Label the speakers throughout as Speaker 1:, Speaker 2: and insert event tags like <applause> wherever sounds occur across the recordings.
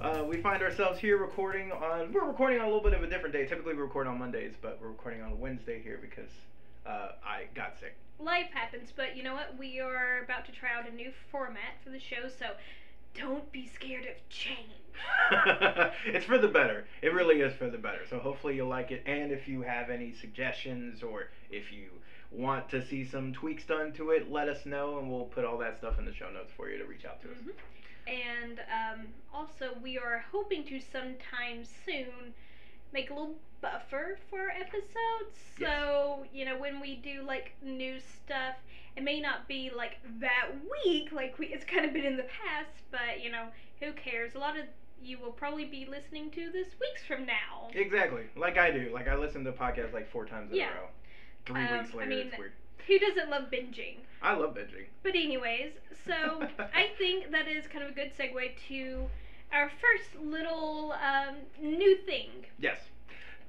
Speaker 1: Uh, we find ourselves here recording on. We're recording on a little bit of a different day. Typically, we record on Mondays, but we're recording on a Wednesday here because uh, I got sick. <laughs>
Speaker 2: Life happens, but you know what? We are about to try out a new format for the show, so don't be scared of change.
Speaker 1: it's for the better. It really is for the better. So hopefully you'll like it. And if you have any suggestions or if you want to see some tweaks done to it, let us know, and we'll put all that stuff in the show notes for you to reach out to us.
Speaker 2: Mhm. And um, also, we are hoping to sometime soon make a little buffer for episodes. So, you know, when we do like new stuff, it may not be like that week, like we, it's kind of been in the past, but you know, who cares? A lot of you will probably be listening to this weeks from now.
Speaker 1: Exactly, like I do. Like I listen to podcasts like four times in
Speaker 2: Yeah.
Speaker 1: a row. Three
Speaker 2: Um,
Speaker 1: weeks
Speaker 2: I
Speaker 1: later,
Speaker 2: mean-
Speaker 1: it's weird.
Speaker 2: Who doesn't love binging?
Speaker 1: I love binging.
Speaker 2: But anyways,
Speaker 1: <laughs>
Speaker 2: so I think that is kind of a good segue to our first little um, new thing.
Speaker 1: Yes.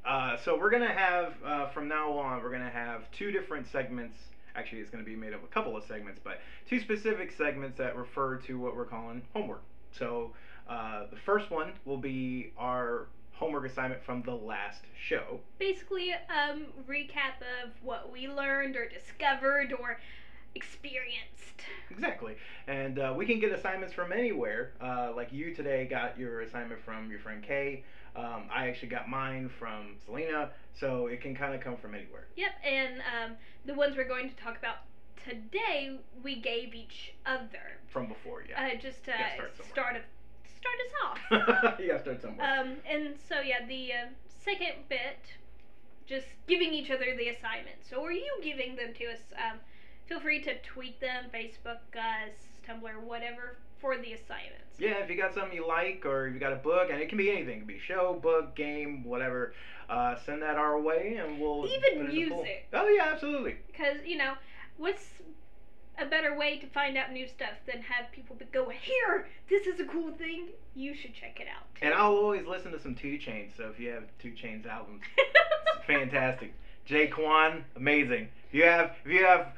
Speaker 1: Uh, so we're gonna have uh, from now on we're gonna have two different segments. Actually, it's gonna be made of a couple of segments, but two specific segments that refer to what we're calling homework. So uh, the first one will be our homework assignment from the last show.
Speaker 2: Basically, um, recap of what we learned or discovered or experienced.
Speaker 1: Exactly. And uh, we can get assignments from anywhere. Uh, like you today got your assignment from your friend Kay. Um, I actually got mine from Selena. So it can kind of come from anywhere.
Speaker 2: Yep, and um, the ones we're going to talk about today, we gave each other.
Speaker 1: From before, yeah.
Speaker 2: Uh, just to
Speaker 1: Yeah, start somewhere.
Speaker 2: start, a, start us
Speaker 1: <laughs>
Speaker 2: off.
Speaker 1: you gotta start somewhere.
Speaker 2: Um, and so yeah, the uh, second bit, just giving each other the assignments, or you giving them to us. Um, feel free to tweet them, Facebook us, Tumblr, whatever for the assignments.
Speaker 1: Yeah, if you got something you like, or if you got a book, and it can be anything, it can be a show, book, game, whatever. Uh, send that our way, and we'll
Speaker 2: Even
Speaker 1: put it in the poll.
Speaker 2: music.
Speaker 1: Oh yeah, absolutely.
Speaker 2: Because you know, what's a better way to find out new stuff than have people be- go here? This is a cool thing. You should check it out. <laughs>
Speaker 1: And I'll always listen to some Two Chains. So if you have Two Chains albums, it's fantastic. Jay Kwan, amazing. If you have if you have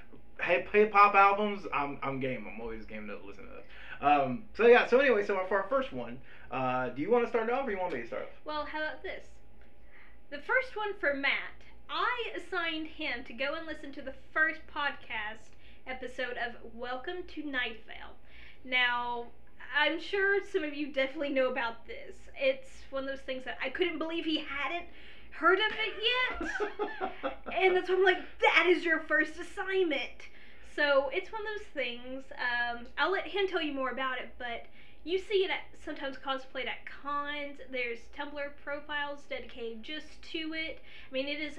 Speaker 1: hip hop albums, I'm I'm game. I'm always game to listen to those. Um, so yeah. So anyway, so for our first one, uh, do you want to start off, or you want me to start off?
Speaker 2: Well, how about this? The first one for Matt, I assigned him to go and listen to the first podcast episode of Welcome to Night Vale. Now, I'm sure some of you definitely know about this. It's one of those things that I couldn't believe he hadn't heard of it yet. <laughs>
Speaker 1: <laughs>
Speaker 2: and that's why I'm like, that is your first assignment. So it's one of those things. Um, I'll let him tell you more about it, but you see it at, sometimes cosplayed at cons. There's Tumblr profiles dedicated just to it. I mean, it is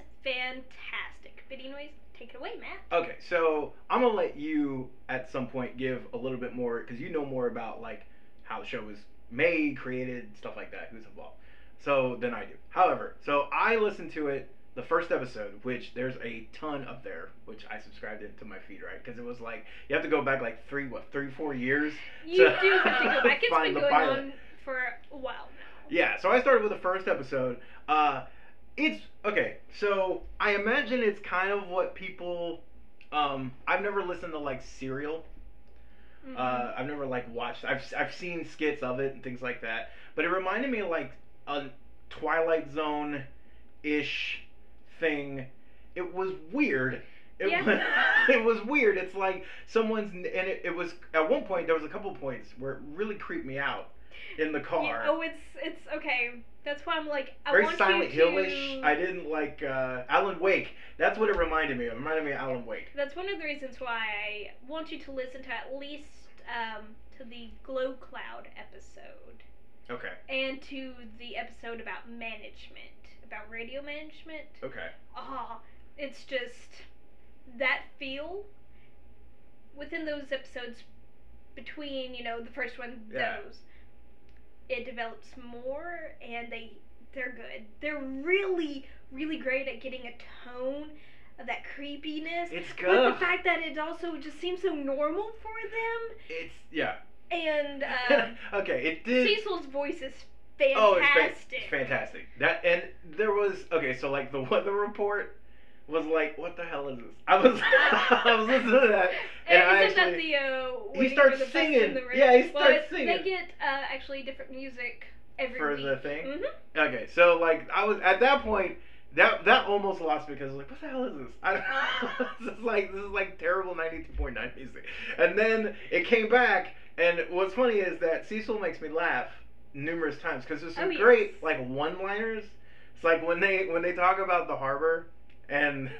Speaker 2: fantastic. But anyways, take it away, Matt.
Speaker 1: Okay, so I'm gonna let you at some point give a little bit more because you know more about like how the show was made, created, stuff like that, who's involved, so than I do. However, so I listened to it the first episode, which there's a ton up there, which I subscribed it to my feed, right? Because it was like you have to go back like three, what, three, four years. <laughs>
Speaker 2: You
Speaker 1: to
Speaker 2: do have to go back. It's been
Speaker 1: find the
Speaker 2: going
Speaker 1: pilot.
Speaker 2: on for a while now.
Speaker 1: Yeah, so I started with the first episode. Uh, it's okay. So I imagine it's kind of what people. Um, I've never listened to like Serial.
Speaker 2: Mhm.
Speaker 1: Uh, I've never like watched. I've I've seen skits of it and things like that. But it reminded me of like a Twilight Zone ish thing. It was weird. It
Speaker 2: Yeah.
Speaker 1: was <laughs> it was weird. It's like someone's and it, it was at one point there was a couple points where it really creeped me out in the car.
Speaker 2: Yeah, oh, it's it's okay. That's why I'm like, I
Speaker 1: Very
Speaker 2: want
Speaker 1: Silent
Speaker 2: you to.
Speaker 1: Hill-ish. I didn't like uh, Alan Wake. That's what it reminded me of. It reminded me of Alan Wake.
Speaker 2: That's one of the reasons why I want you to listen to at least um, to the Glow Cloud episode
Speaker 1: Okay.
Speaker 2: and to the episode about management, about radio management.
Speaker 1: Okay.
Speaker 2: Ah, it's just that feel within those episodes between, you know, the first one,
Speaker 1: Yeah.
Speaker 2: those. It develops more and they they're good. They're really, really great at getting a tone of that creepiness.
Speaker 1: It's
Speaker 2: But
Speaker 1: good.
Speaker 2: the fact that it also just seems so normal for them,
Speaker 1: It's yeah. <laughs>
Speaker 2: and um,
Speaker 1: okay. It did.
Speaker 2: Cecil's voice is fantastic.
Speaker 1: Oh, it's fan- it's fantastic. That and there was okay. So like the weather report was like, what the hell is this? I was <laughs> I was listening to that. And I
Speaker 2: And isn't that
Speaker 1: actually-
Speaker 2: the uh, waiting
Speaker 1: starts
Speaker 2: for the best
Speaker 1: singing.
Speaker 2: In the room?
Speaker 1: Yeah, he
Speaker 2: Well,
Speaker 1: starts
Speaker 2: They
Speaker 1: singing.
Speaker 2: get uh, actually different music <laughs> every
Speaker 1: for
Speaker 2: week.
Speaker 1: the thing.
Speaker 2: Mhm.
Speaker 1: Okay, so like I was at that point, that that almost lost me because I was like, what the hell is this? I, <laughs> this is like this is like terrible ninety two point nine music. And then it came back, and what's funny is that Cecil makes me laugh numerous times because there's some
Speaker 2: Oh, yes.
Speaker 1: great like one liners. It's like when they when they talk about the harbor and.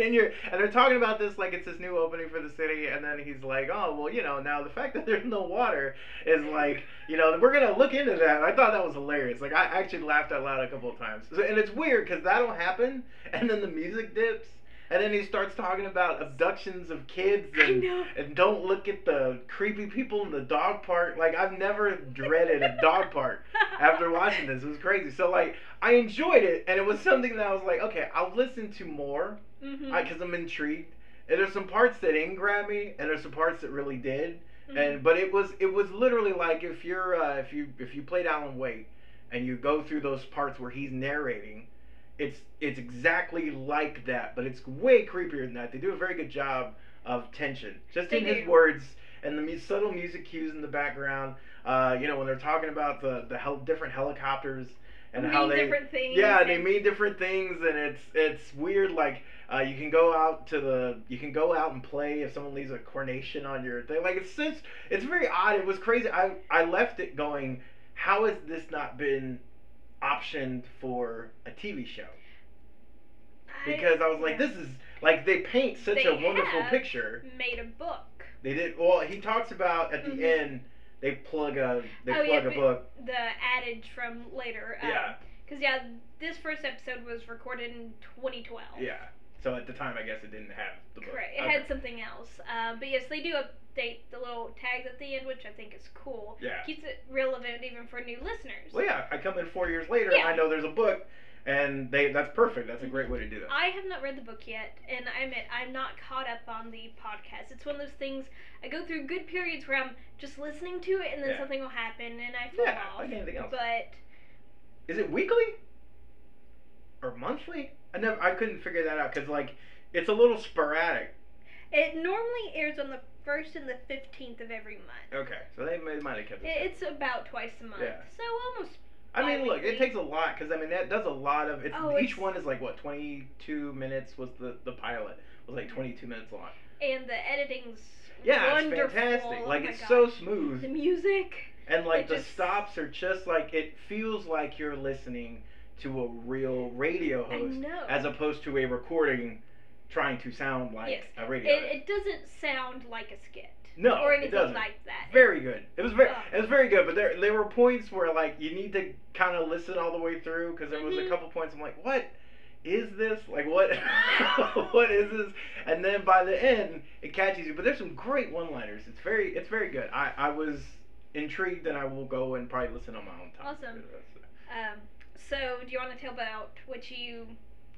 Speaker 1: And you're and they're talking about this like it's this new opening for the city, and then he's like, "Oh well, you know, now the fact that there's no water is like you know, we're gonna look into that. I thought that was hilarious. Like I actually laughed out loud a couple of times, So- and it's weird because that'll happen, and then the music dips, and then he starts talking about abductions of kids
Speaker 2: I
Speaker 1: and
Speaker 2: know. <laughs>
Speaker 1: and don't look at the creepy people in the dog park. Like I've never dreaded a dog park after watching this. It was crazy. So like I enjoyed it, and it was something that I was like, okay, I'll listen to more
Speaker 2: Mhm.
Speaker 1: because I'm intrigued. And there's some parts that didn't grab me, and there's some parts that really did
Speaker 2: Mhm.
Speaker 1: and but it was it was literally like if you're uh, if you if you played Alan Wake and you go through those parts where he's narrating it's it's exactly like that but it's way creepier than that they do a very good job of tension just
Speaker 2: They
Speaker 1: in
Speaker 2: do.
Speaker 1: his words and the mu- subtle music cues in the background uh, you know when they're talking about the the hel- different helicopters and
Speaker 2: Mean
Speaker 1: how they
Speaker 2: different things.
Speaker 1: yeah, they
Speaker 2: and-
Speaker 1: mean different things, and it's it's weird. Like uh, you can go out to the you can go out and play if someone leaves a coronation on your thing. Like it's just it's very odd. It was crazy. I I left it going. How has this not been optioned for a TV show?
Speaker 2: I
Speaker 1: Because I, was like,
Speaker 2: yeah.
Speaker 1: this is like they paint such
Speaker 2: They
Speaker 1: a wonderful
Speaker 2: have.
Speaker 1: picture.
Speaker 2: made a book.
Speaker 1: They did well. He talks about at the
Speaker 2: Mhm.
Speaker 1: end they plug a they
Speaker 2: Oh,
Speaker 1: plug
Speaker 2: yeah,
Speaker 1: a
Speaker 2: but-
Speaker 1: book.
Speaker 2: The adage from later. Um,
Speaker 1: yeah,
Speaker 2: Because yeah, this first episode was recorded in 2012.
Speaker 1: yeah. So at the time, I guess it didn't have the book.
Speaker 2: Correct. It
Speaker 1: Okay.
Speaker 2: had something else. Uh, but yes, they do update the little tags at the end, which I think is cool.
Speaker 1: yeah.
Speaker 2: Keeps it relevant even for new listeners.
Speaker 1: Well, yeah, I come in four years later
Speaker 2: Yeah.
Speaker 1: and I know there's a book, and they that's perfect. That's a great way to do that.
Speaker 2: I have not read the book yet, and I admit I'm not caught up on the podcast. It's one of those things I go through good periods where I'm just listening to it, and then
Speaker 1: Yeah.
Speaker 2: something will happen, and I fall
Speaker 1: Yeah,
Speaker 2: off.
Speaker 1: like anything else.
Speaker 2: But
Speaker 1: Is it weekly or monthly? I never, I couldn't figure that out because like it's a little sporadic.
Speaker 2: it normally airs on the first and the fifteenth of every month.
Speaker 1: Okay, so they may, might have kept it.
Speaker 2: It- It's about twice a month,
Speaker 1: Yeah.
Speaker 2: so almost.
Speaker 1: I mean, look,
Speaker 2: bi-weekly.
Speaker 1: it takes a lot because I mean that does a lot of. It's,
Speaker 2: Oh,
Speaker 1: each
Speaker 2: it's-
Speaker 1: one is like what 22 minutes was the the pilot was like 22 minutes long.
Speaker 2: And the editing's
Speaker 1: Yeah,
Speaker 2: wonderful.
Speaker 1: it's fantastic.
Speaker 2: Oh
Speaker 1: like
Speaker 2: my
Speaker 1: it's
Speaker 2: gosh.
Speaker 1: so smooth.
Speaker 2: The music.
Speaker 1: And like
Speaker 2: It
Speaker 1: the
Speaker 2: just-
Speaker 1: stops are just like it feels like you're listening to a real radio
Speaker 2: I
Speaker 1: host
Speaker 2: know.
Speaker 1: as opposed to a recording trying to sound like
Speaker 2: Yes.
Speaker 1: a radio. host.
Speaker 2: it, it doesn't sound like a skit.
Speaker 1: No,
Speaker 2: or
Speaker 1: it
Speaker 2: anything
Speaker 1: doesn't.
Speaker 2: like that.
Speaker 1: very good. It was very
Speaker 2: Oh.
Speaker 1: it was very good, but there there were points where like you need to kind of listen all the way through because there was
Speaker 2: Mhm.
Speaker 1: a couple points I'm like, what is this? Like what <laughs> what is this? And then by the end it catches you. But there's some great one-liners. It's very it's very good. I I was intrigued and I will go and probably listen on my own time.
Speaker 2: Awesome. Um, so, do you want to tell about what you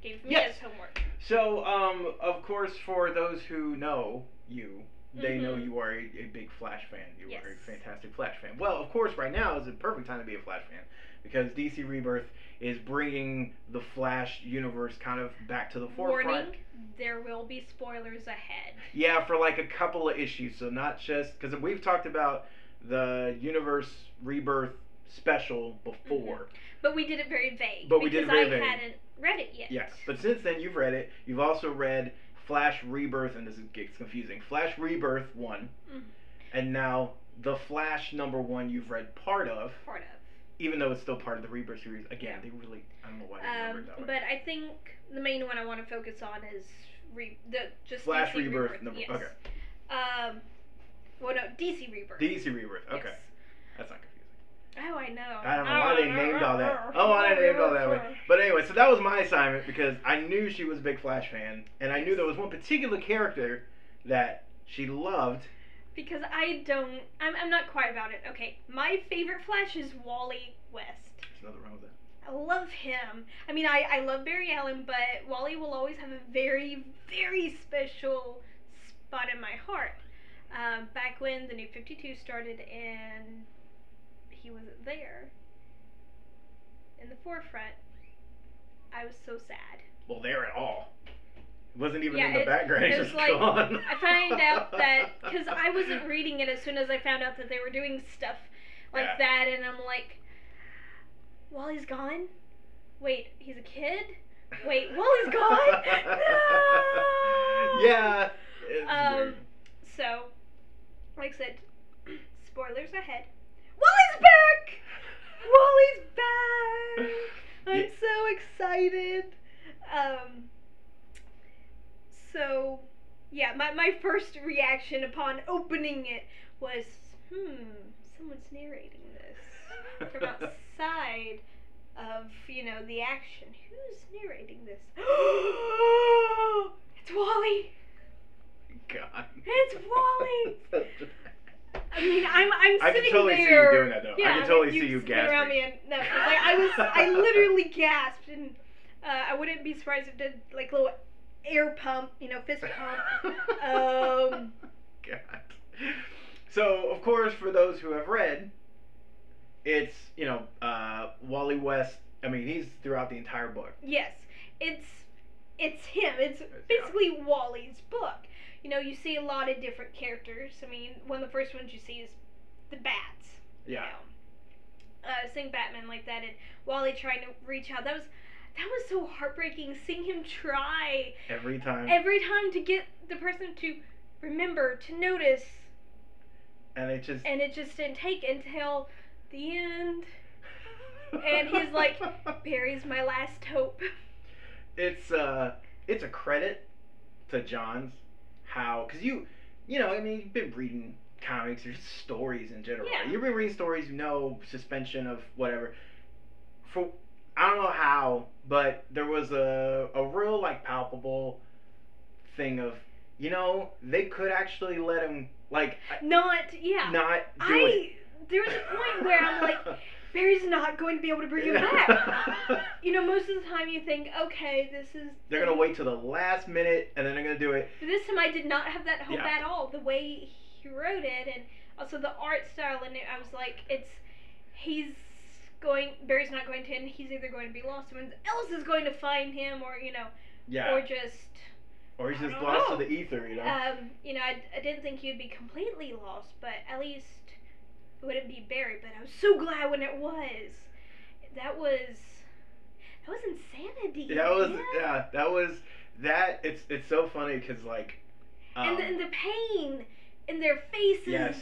Speaker 2: gave me
Speaker 1: Yes.
Speaker 2: as homework?
Speaker 1: So, um, of course, for those who know you, they know
Speaker 2: Mhm.
Speaker 1: you are a, a big Flash fan. You are
Speaker 2: Yes.
Speaker 1: a fantastic Flash fan. Well, of course, right now is a perfect time to be a Flash fan because DC Rebirth is bringing the Flash universe kind of back to the forefront.
Speaker 2: Warning: there will be spoilers ahead.
Speaker 1: Yeah, for like a couple of issues. So not just because we've talked about the universe rebirth special before.
Speaker 2: But we did it very vague.
Speaker 1: But we
Speaker 2: because
Speaker 1: did it very
Speaker 2: I
Speaker 1: vague.
Speaker 2: hadn't read it yet.
Speaker 1: Yes, but since then you've read it. You've also read Flash Rebirth, and this is, gets confusing. Flash Rebirth one,
Speaker 2: Mhm.
Speaker 1: and now the Flash number one you've read part of,
Speaker 2: Part of.
Speaker 1: even though it's still part of the Rebirth series. Again, they
Speaker 2: Yeah.
Speaker 1: really I don't know why they
Speaker 2: Um,
Speaker 1: numbered that way.
Speaker 2: but I think the main one I want to focus on is re- the just
Speaker 1: Flash
Speaker 2: DC
Speaker 1: Rebirth number-
Speaker 2: Yes.
Speaker 1: okay.
Speaker 2: Um, well, no, DC Rebirth.
Speaker 1: DC Rebirth. Okay,
Speaker 2: Yes.
Speaker 1: that's not confusing.
Speaker 2: Oh, I know.
Speaker 1: I don't know why they named all that. Oh, why they named all that. way. But anyway, so that was my assignment because I knew she was a big Flash fan, and I knew there was one particular character that she loved.
Speaker 2: Because I don't. I'm, I'm not quiet about it. Okay, my favorite Flash is Wally West.
Speaker 1: There's nothing wrong with that.
Speaker 2: I love him. I mean, I, I love Barry Allen, but Wally will always have a very, very special spot in my heart. Um, back when the new 52 started and he wasn't there in the forefront, I was so sad.
Speaker 1: Well, there at all. It wasn't even
Speaker 2: Yeah,
Speaker 1: in the
Speaker 2: it's-
Speaker 1: background.
Speaker 2: it
Speaker 1: It
Speaker 2: was
Speaker 1: was
Speaker 2: like-
Speaker 1: gone.
Speaker 2: I find out that because I wasn't reading it as soon as I found out that they were doing stuff like
Speaker 1: Yeah.
Speaker 2: that, and I'm like, Wally's gone? Wait, he's a kid? Wait, Wally's
Speaker 1: <laughs>
Speaker 2: gone? No!
Speaker 1: Yeah. It's
Speaker 2: Um,
Speaker 1: weird.
Speaker 2: So, like I said, <clears throat> spoilers ahead. Wally's back! Wally's back! I'm
Speaker 1: Yeah.
Speaker 2: so excited. Um, so, yeah, my, my first reaction upon opening it was, hmm, someone's narrating this
Speaker 1: <laughs>
Speaker 2: from outside of, you know, the action. Who's narrating this? <gasps> it's Wally!
Speaker 1: God.
Speaker 2: It's Wally!
Speaker 1: So dramatic.
Speaker 2: I mean, I'm I'm
Speaker 1: I
Speaker 2: sitting
Speaker 1: can totally
Speaker 2: there.
Speaker 1: see you doing that though.
Speaker 2: Yeah,
Speaker 1: I can totally see
Speaker 2: you'd
Speaker 1: you
Speaker 2: sit Around me
Speaker 1: gasping.
Speaker 2: and, no, 'cause, like I was,
Speaker 1: <laughs>
Speaker 2: I literally gasped, and uh, I wouldn't be surprised if did like little air pump, you know, fist pump.
Speaker 1: <laughs>
Speaker 2: Um,
Speaker 1: God. So, of course, for those who have read, it's, you know, uh, Wally West. I mean, he's throughout the entire book.
Speaker 2: Yes, it's it's him. It's
Speaker 1: yeah.
Speaker 2: basically Wally's book. You know, you see a lot of different characters. I mean, one of the first ones you see is the bats. you
Speaker 1: Yeah.
Speaker 2: know, uh, seeing Batman like that and Wally trying to reach out. That was that was so heartbreaking seeing him try
Speaker 1: Every time.
Speaker 2: every time to get the person to remember to notice,
Speaker 1: and it just.
Speaker 2: and it just didn't take until the end. and he's like-
Speaker 1: <laughs>
Speaker 2: Barry's my last hope. <laughs>
Speaker 1: it's uh it's a credit to John's how because you you know I mean you've been reading comics or just stories in general
Speaker 2: Yeah.
Speaker 1: you've been reading stories you know suspension of whatever for I don't know how but there was a a real like palpable thing of you know they could actually let him like
Speaker 2: Not yeah.
Speaker 1: not do it.
Speaker 2: I there was a point where I'm
Speaker 1: <laughs>
Speaker 2: like Barry's not going to be able to bring him back. You know, most of the time you think, okay, this is
Speaker 1: <laughs> they're gonna wait till the last minute and then they're gonna do it
Speaker 2: But this time I did not have that hope
Speaker 1: Yeah.
Speaker 2: at all. The way he wrote it and also the art style in it, I was like, it's he's going Barry's not going to end, he's either going to be lost, someone else is going to find him or you know
Speaker 1: yeah
Speaker 2: or just
Speaker 1: Or he's
Speaker 2: I
Speaker 1: just
Speaker 2: don't
Speaker 1: lost
Speaker 2: know.
Speaker 1: to the ether, you know?
Speaker 2: um, you know, I, I didn't think he'd be completely lost, but at least it wouldn't be Barry, but I was so glad when it was. That was that was insanity.
Speaker 1: that was
Speaker 2: man.
Speaker 1: yeah, that was that. It's it's so funny because like, um,
Speaker 2: and, the, and the pain in their faces.
Speaker 1: Yes.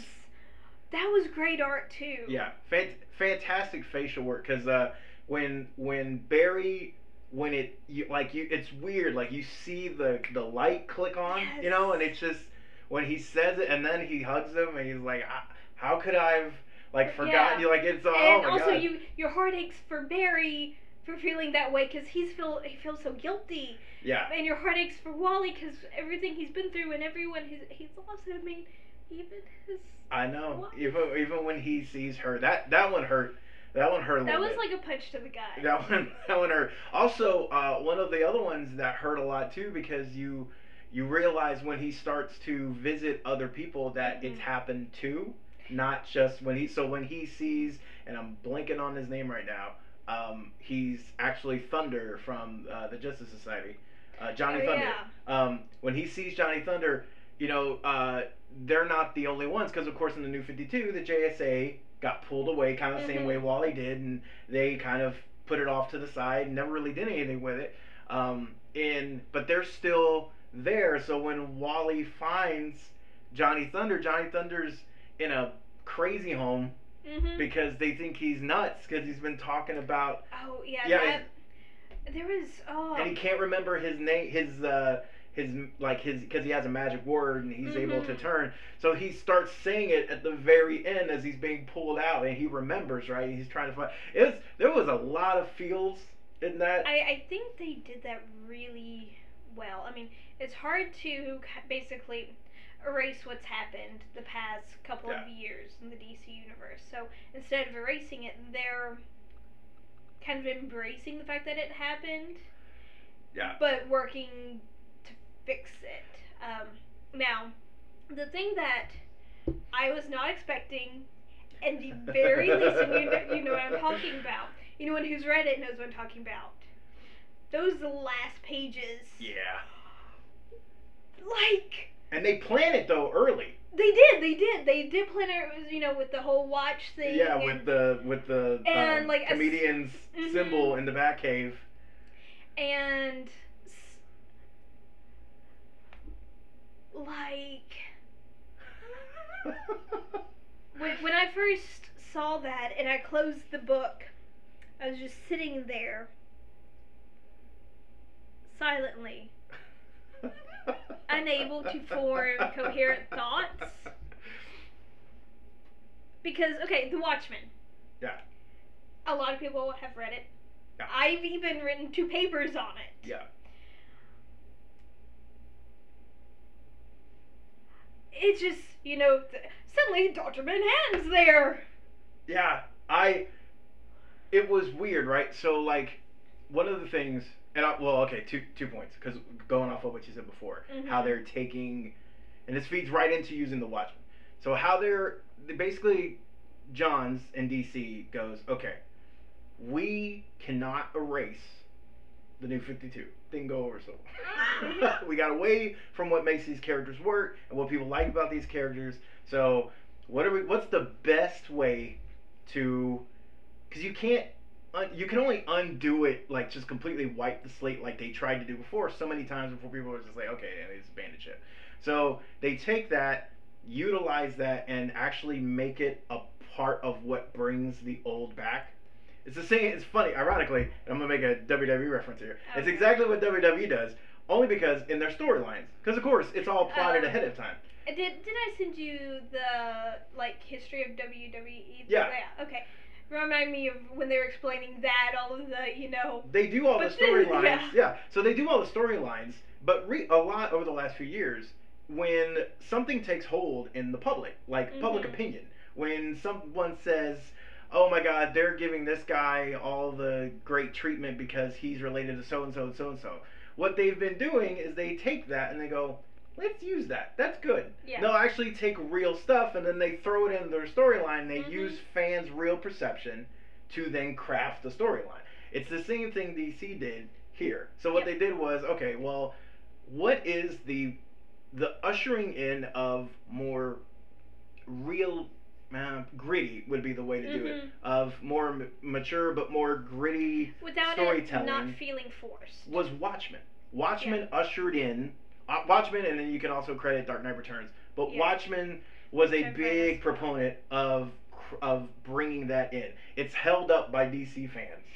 Speaker 2: That was great art too.
Speaker 1: yeah, fan- fantastic facial work because uh, when when Barry when it you like you it's weird like you see the the light click on you know and it's just when he says it and then he hugs him and he's like "I- how could I've like forgotten
Speaker 2: Yeah.
Speaker 1: you like it's all
Speaker 2: And
Speaker 1: oh my
Speaker 2: also,
Speaker 1: God.
Speaker 2: you your heart aches for Barry for feeling that way because he's feel he feels so guilty,
Speaker 1: yeah
Speaker 2: and your heart aches for Wally because everything he's been through and everyone he's he's lost. I mean, even his
Speaker 1: I know
Speaker 2: What?
Speaker 1: even even when he sees her that that one hurt that one hurt a
Speaker 2: that
Speaker 1: little
Speaker 2: was
Speaker 1: bit.
Speaker 2: like a punch to the guy.
Speaker 1: That one, <laughs> that one hurt. Also, uh, one of the other ones that hurt a lot too, because you you realize when he starts to visit other people that it's
Speaker 2: Mhm.
Speaker 1: happened to, not just when he. So when he sees, and I'm blanking on his name right now. Um, he's actually Thunder from uh, the Justice Society, uh, Johnny
Speaker 2: Oh,
Speaker 1: Thunder
Speaker 2: yeah.
Speaker 1: um, when he sees Johnny Thunder, you know, uh, they're not the only ones because, of course, in the New Fifty Two, the JSA got pulled away, kind of the same
Speaker 2: Mhm.
Speaker 1: way Wally did, and they kind of put it off to the side, and never really did anything with it. Um, and but they're still there. So when Wally finds Johnny Thunder, Johnny Thunder's in a crazy home
Speaker 2: Mhm.
Speaker 1: because they think he's nuts because he's been talking about
Speaker 2: oh yeah.
Speaker 1: Yeah,
Speaker 2: that, there was oh.
Speaker 1: and he can't remember his name his uh his like his because he has a magic word and he's able to
Speaker 2: Mhm.
Speaker 1: turn so he starts saying it at the very end as he's being pulled out and he remembers right he's trying to find it was there was a lot of feels in that
Speaker 2: I, I think they did that really well. I mean, it's hard to ca- basically erase what's happened the past couple of years in the DC universe. So instead of erasing it, they're kind of embracing the fact that it happened.
Speaker 1: Yeah.
Speaker 2: But working to fix it. Um, now, the thing that I was not expecting, and the very least, and you know, you know what I'm talking about. Anyone who's read it knows what I'm talking about. Those last pages.
Speaker 1: yeah
Speaker 2: Like,
Speaker 1: and they plan it though early
Speaker 2: They did, they did, they did plan it. You know, with the whole watch thing.
Speaker 1: yeah,
Speaker 2: and-
Speaker 1: with the with the
Speaker 2: and,
Speaker 1: um,
Speaker 2: like, a s-
Speaker 1: comedian's
Speaker 2: mhm.
Speaker 1: symbol in the back cave.
Speaker 2: and s- like when, when I first saw that and I closed the book, I was just sitting there silently, <laughs> unable to form coherent
Speaker 1: <laughs>
Speaker 2: thoughts. Because okay, The Watchmen.
Speaker 1: Yeah.
Speaker 2: A lot of people have read it.
Speaker 1: Yeah.
Speaker 2: I've even written two papers on it.
Speaker 1: Yeah.
Speaker 2: It's just you know th- suddenly Doctor Manhattan's there.
Speaker 1: Yeah, I. It was weird, right? So like, one of the things, and I, well, okay, two two points, because going off of what you said before, Mm-hmm. how
Speaker 2: Mhm. <laughs>
Speaker 1: they're taking, and this feeds right into using the Watchmen. So how they're they basically, Johns and DC goes, okay, we cannot erase the new 52 didn't go over so well. <laughs> we got away from what makes these characters work and what people like about these characters so what are we what's the best way to because you can't un, you can only undo it like just completely wipe the slate like they tried to do before so many times before people were just like okay and they just abandoned shit so they take that utilize that and actually make it a part of what brings the old back it's the same it's funny ironically and i'm gonna make a wwe reference here it's
Speaker 2: Okay.
Speaker 1: exactly what wwe does only because in their storylines because of course it's all plotted
Speaker 2: Um,
Speaker 1: ahead of time
Speaker 2: Uh, Did did I send you the like history of WWE?
Speaker 1: Yeah.
Speaker 2: Okay. Remind me of when they were explaining that all of the you know.
Speaker 1: they do all the
Speaker 2: But then-
Speaker 1: storylines.
Speaker 2: yeah.
Speaker 1: Yeah. So they do all the storylines, but re- a lot over the last few years, when something takes hold in the public, like public
Speaker 2: Mhm.
Speaker 1: opinion, when someone says, "Oh my God, they're giving this guy all the great treatment because he's related to so and so and so and so," what they've been doing is they take that and they go, "Let's use that. That's good."
Speaker 2: Yeah.
Speaker 1: They'll actually take real stuff and then they throw it in their storyline. They
Speaker 2: Mhm.
Speaker 1: use fans' real perception to then craft the storyline. It's the same thing DC did here. So what
Speaker 2: Yep.
Speaker 1: they did was, okay, well, what is the the ushering in of more real uh, gritty would be the way to do it
Speaker 2: Mhm.
Speaker 1: of more m- mature but more gritty
Speaker 2: Without it not
Speaker 1: Storytelling.
Speaker 2: feeling forced.
Speaker 1: was Watchmen. Watchmen ushered in uh, Watchmen, and then you can also credit Dark Knight Returns. But
Speaker 2: Yeah.
Speaker 1: Watchmen was a
Speaker 2: Dark Knight
Speaker 1: big
Speaker 2: is-
Speaker 1: proponent of cr- of bringing that in. It's held up by DC fans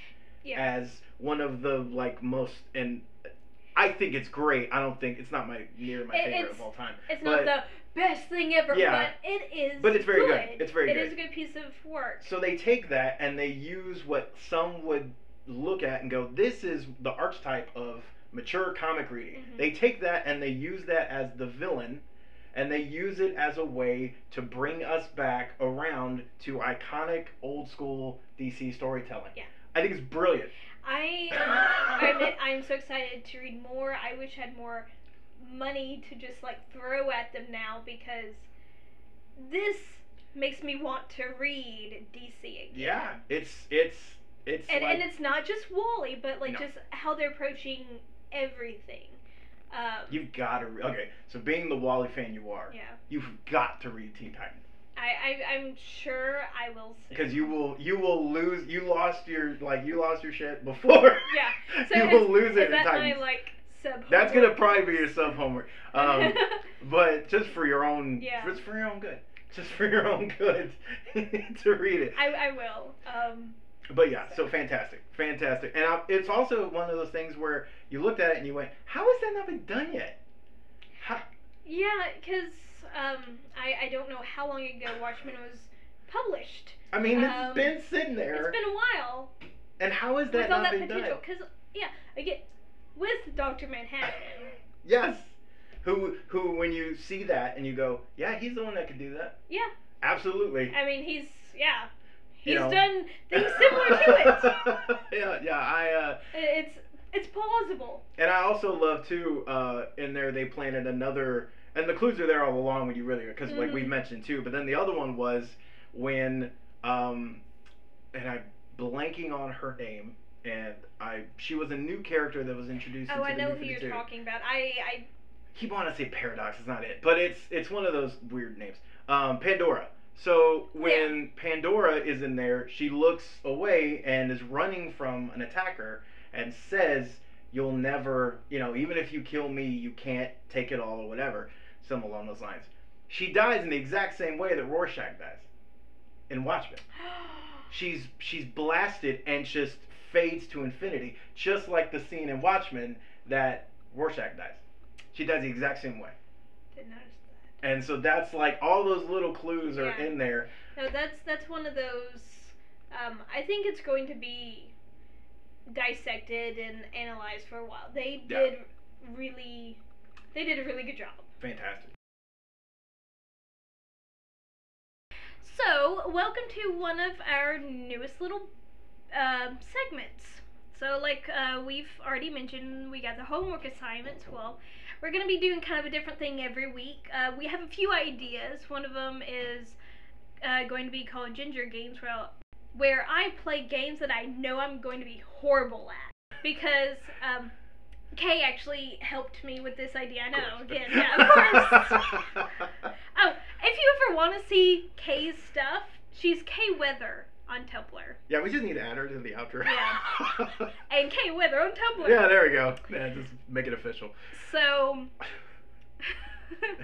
Speaker 2: Yeah.
Speaker 1: as one of the like most and. I think it's great. I don't think it's not my near my
Speaker 2: It-
Speaker 1: favorite
Speaker 2: it's-
Speaker 1: of all time.
Speaker 2: It's
Speaker 1: but-
Speaker 2: not the best thing ever,
Speaker 1: Yeah.
Speaker 2: but it is.
Speaker 1: But it's very good. It's very
Speaker 2: It
Speaker 1: good.
Speaker 2: is a good piece of work.
Speaker 1: So they take that and they use what some would look at and go, this is the archetype of mature comic reading.
Speaker 2: Mhm.
Speaker 1: They take that and they use that as the villain and they use it as a way to bring us back around to iconic old school DC storytelling.
Speaker 2: Yeah.
Speaker 1: I think it's brilliant.
Speaker 2: I, <laughs> I admit, <coughs> I'm so excited to read more. I wish I had more money to just like throw at them now because this makes me want to read DC again.
Speaker 1: yeah. It's it's it's
Speaker 2: and,
Speaker 1: like,
Speaker 2: and it's not just Wally, but like
Speaker 1: No.
Speaker 2: just how they're approaching everything. Um,
Speaker 1: you've got to re- okay. So being the Wally fan you are,
Speaker 2: yeah,
Speaker 1: you've got to read Teen Titans.
Speaker 2: I, I I'm sure I will. soon.
Speaker 1: because you will you will lose you lost your like you lost your shit before <laughs>
Speaker 2: Yeah, so
Speaker 1: you
Speaker 2: is-
Speaker 1: will lose it
Speaker 2: Is
Speaker 1: in
Speaker 2: that my
Speaker 1: Titans.
Speaker 2: like sub?
Speaker 1: That's gonna probably be
Speaker 2: <laughs>
Speaker 1: your sub homework, um, but just for your own
Speaker 2: Yeah.
Speaker 1: just for your own good, just for your own good <laughs> to read it.
Speaker 2: I I will. Um,
Speaker 1: But yeah, so fantastic, fantastic, and I, it's also one of those things where you looked at it and you went, how has that not been done yet? How,
Speaker 2: yeah, because um, I I don't know how long ago Watchmen was published.
Speaker 1: I mean, it's
Speaker 2: Um,
Speaker 1: been sitting there,
Speaker 2: It's been a while
Speaker 1: and how has that
Speaker 2: with all
Speaker 1: not
Speaker 2: that
Speaker 1: been done?
Speaker 2: potential. Because yeah, I get with Doctor Manhattan.
Speaker 1: Yes. Who who when you see that and you go, yeah, he's the one that could do that.
Speaker 2: Yeah.
Speaker 1: Absolutely.
Speaker 2: I mean, he's yeah, he's
Speaker 1: You know.
Speaker 2: done things
Speaker 1: <laughs>
Speaker 2: similar to it.
Speaker 1: yeah, yeah. I uh,
Speaker 2: It's it's plausible.
Speaker 1: and I also love too. Uh, in there they planted another, and the clues are there all along when you really because like we
Speaker 2: Mhm.
Speaker 1: mentioned too. But then the other one was when um, and I'm blanking on her name. And I, she was a new character that was introduced.
Speaker 2: Oh,
Speaker 1: into
Speaker 2: I
Speaker 1: the
Speaker 2: know
Speaker 1: new
Speaker 2: who you're
Speaker 1: 52.
Speaker 2: talking about. I <gasps>
Speaker 1: keep on to say paradox. It's not it, but it's it's one of those weird names. Um, Pandora. So when Pandora is in there, she looks away and is running from an attacker and says, "You'll never, you know, even if you kill me, you can't take it all or whatever." Some along those lines. She dies in the exact same way that Rorschach dies in Watchmen. She's she's blasted and just fades to infinity, just like the scene in Watchmen that Rorschach dies. She dies the exact same way.
Speaker 2: Didn't notice that.
Speaker 1: And so that's like all those little clues are
Speaker 2: Yeah.
Speaker 1: in there.
Speaker 2: No, that's that's one of those. Um, I think it's going to be dissected and analyzed for a while. They
Speaker 1: Yeah.
Speaker 2: did really, they did a really good job.
Speaker 1: Fantastic.
Speaker 2: So, welcome to one of our newest little um, segments. So, like uh, we've already mentioned, we got the homework assignments. Well, we're going to be doing kind of a different thing every week. Uh, we have a few ideas. One of them is uh, going to be called Ginger Games, where, I'll- where I play games that I know I'm going to be horrible at. Because um, Kay actually helped me with this idea. I know, again, yeah, of course.
Speaker 1: <laughs>
Speaker 2: Oh, if you ever want to see Kay's stuff, she's Kay Weather on Tumblr.
Speaker 1: yeah, we just need to add her to the outro. Yeah.
Speaker 2: And Kay Weather on Tumblr.
Speaker 1: <laughs> yeah, there we go. Yeah, just make it official. <laughs>
Speaker 2: So.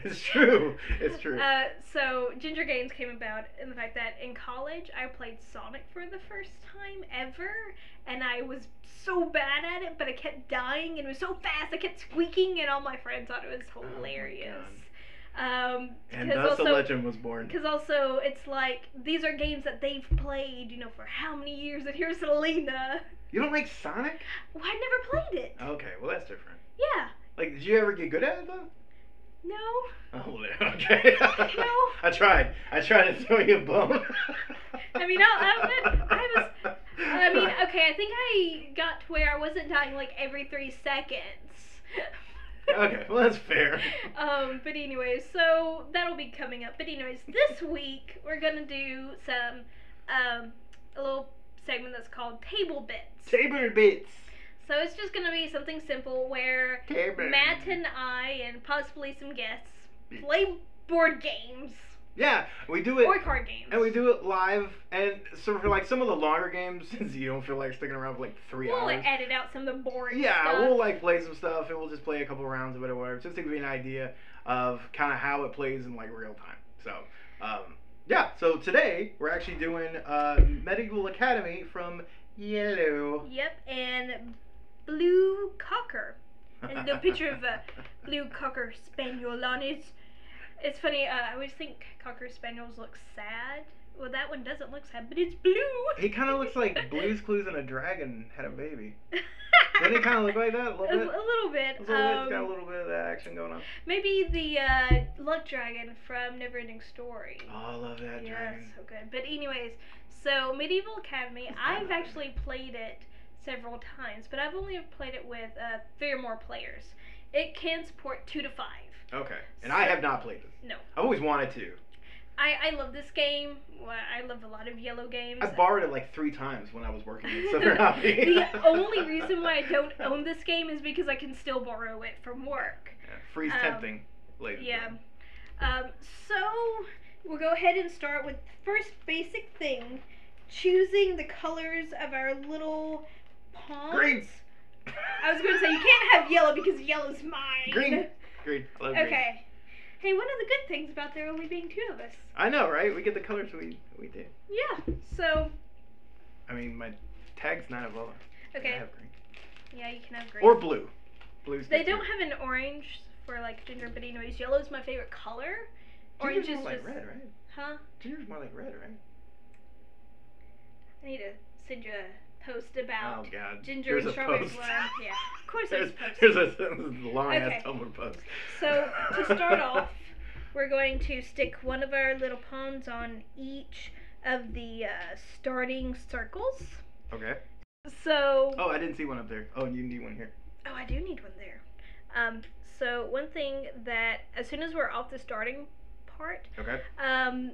Speaker 1: It's true. It's true.
Speaker 2: <laughs> Uh, so, Ginger Games came about in the fact that in college I played Sonic for the first time ever, and I was so bad at it, but I kept dying and it was so fast, I kept squeaking, and all my friends thought it was
Speaker 1: Oh my God.
Speaker 2: hilarious. um,
Speaker 1: and
Speaker 2: because
Speaker 1: thus a
Speaker 2: also-
Speaker 1: legend was born.
Speaker 2: Because also, it's like these are games that they've played, you know, for how many years? And here's <laughs> Selena.
Speaker 1: You don't like Sonic?
Speaker 2: Well, I never played it.
Speaker 1: Okay, well that's different.
Speaker 2: Yeah.
Speaker 1: Like, did you ever get good at it though?
Speaker 2: No.
Speaker 1: Oh, <laughs> okay.
Speaker 2: No.
Speaker 1: <laughs> I tried. I tried to throw you a bone.
Speaker 2: I mean, I'll- I would- I
Speaker 1: was. <laughs>
Speaker 2: I mean, okay, I think I got to where I wasn't dying like every three seconds.
Speaker 1: okay, well that's fair.
Speaker 2: <laughs> um, but anyways, so that'll be coming up. But anyways, this week we're gonna do some um, a little segment that's called Table Bits.
Speaker 1: Table bits.
Speaker 2: So it's just gonna be something simple where
Speaker 1: Table.
Speaker 2: Matt and I, and possibly some guests, play board games
Speaker 1: Yeah, we do it.
Speaker 2: or card games.
Speaker 1: And we do it live, and so for like some of the longer games, <laughs> since you don't feel like sticking around for like three
Speaker 2: We'll like,
Speaker 1: hours.
Speaker 2: edit out some of the boring
Speaker 1: yeah,
Speaker 2: stuff.
Speaker 1: we'll like play some stuff, and we'll just play a couple rounds of it or whatever, just to give you an idea of kind of how it plays in like real time. So, um, yeah. So today we're actually doing uh, Medieval Academy from Yellow.
Speaker 2: Yep, and blue cocker. And the picture of uh, a blue cocker spaniel on it. It's funny. Uh, I always think cocker spaniels look sad. Well, that one doesn't look sad, but it's blue.
Speaker 1: <laughs>
Speaker 2: <laughs>
Speaker 1: He kind of looks like Blue's Clues and a dragon had a baby. Doesn't he kind of look like that a
Speaker 2: a,
Speaker 1: little bit?
Speaker 2: a little bit.
Speaker 1: It's a little bit- it's got a
Speaker 2: um,
Speaker 1: little bit of that action going on.
Speaker 2: maybe the uh, luck dragon from Neverending Story.
Speaker 1: Oh, I love that
Speaker 2: Yeah,
Speaker 1: dragon.
Speaker 2: so good. But anyways, so Medieval Academy,
Speaker 1: It's not
Speaker 2: I've
Speaker 1: that
Speaker 2: actually played it several times, but I've only played it with uh, three or more players. It can support two to five.
Speaker 1: Okay. And I have not played this.
Speaker 2: No.
Speaker 1: I've always wanted to.
Speaker 2: I, I love this game. Well, I love a lot of yellow games.
Speaker 1: I borrowed it like three times when I was working
Speaker 2: <laughs>
Speaker 1: at Southern Hobby.
Speaker 2: the only reason why I don't
Speaker 1: <laughs>
Speaker 2: own this game is because I can still borrow it from work.
Speaker 1: Yeah, freeze
Speaker 2: um,
Speaker 1: tempting. Ladies and
Speaker 2: Yeah.
Speaker 1: gentlemen.
Speaker 2: Um, so we'll go ahead and start with the first basic thing choosing the colors of our little pawns.
Speaker 1: Green.
Speaker 2: <laughs> I was going to say you can't have yellow because yellow's mine.
Speaker 1: Green. <laughs> Green. I love green.
Speaker 2: <laughs> Okay. Hey, one of the good things about there only being two of us.
Speaker 1: I know, right? We get the colors we we do.
Speaker 2: Yeah. So
Speaker 1: I mean, my tag's not available. I
Speaker 2: okay.
Speaker 1: have green.
Speaker 2: Yeah, you can have green.
Speaker 1: Or blue. Blue's
Speaker 2: They
Speaker 1: good, too.
Speaker 2: don't have an orange for like ginger, but anyways, yellow is my favorite color. Orange
Speaker 1: Ginger's
Speaker 2: is
Speaker 1: more like
Speaker 2: just
Speaker 1: red, right?
Speaker 2: huh?
Speaker 1: Ginger's more like red, right?
Speaker 2: I need to send you a post about.
Speaker 1: Oh God.
Speaker 2: Ginger
Speaker 1: There's
Speaker 2: and
Speaker 1: a
Speaker 2: strawberry
Speaker 1: post.
Speaker 2: blue.
Speaker 1: <laughs>
Speaker 2: Yeah, of course
Speaker 1: There's,
Speaker 2: there's, a post.
Speaker 1: there's a, <laughs> long ass Tumblr post.
Speaker 2: So
Speaker 1: <laughs>
Speaker 2: to start off, we're going to stick one of our little pawns on each of the uh, starting circles.
Speaker 1: Okay.
Speaker 2: So
Speaker 1: Oh, I didn't see one up there. Oh, you need one here.
Speaker 2: Oh, I do need one there. Um, so one thing that as soon as we're off the starting part,
Speaker 1: Okay.
Speaker 2: um,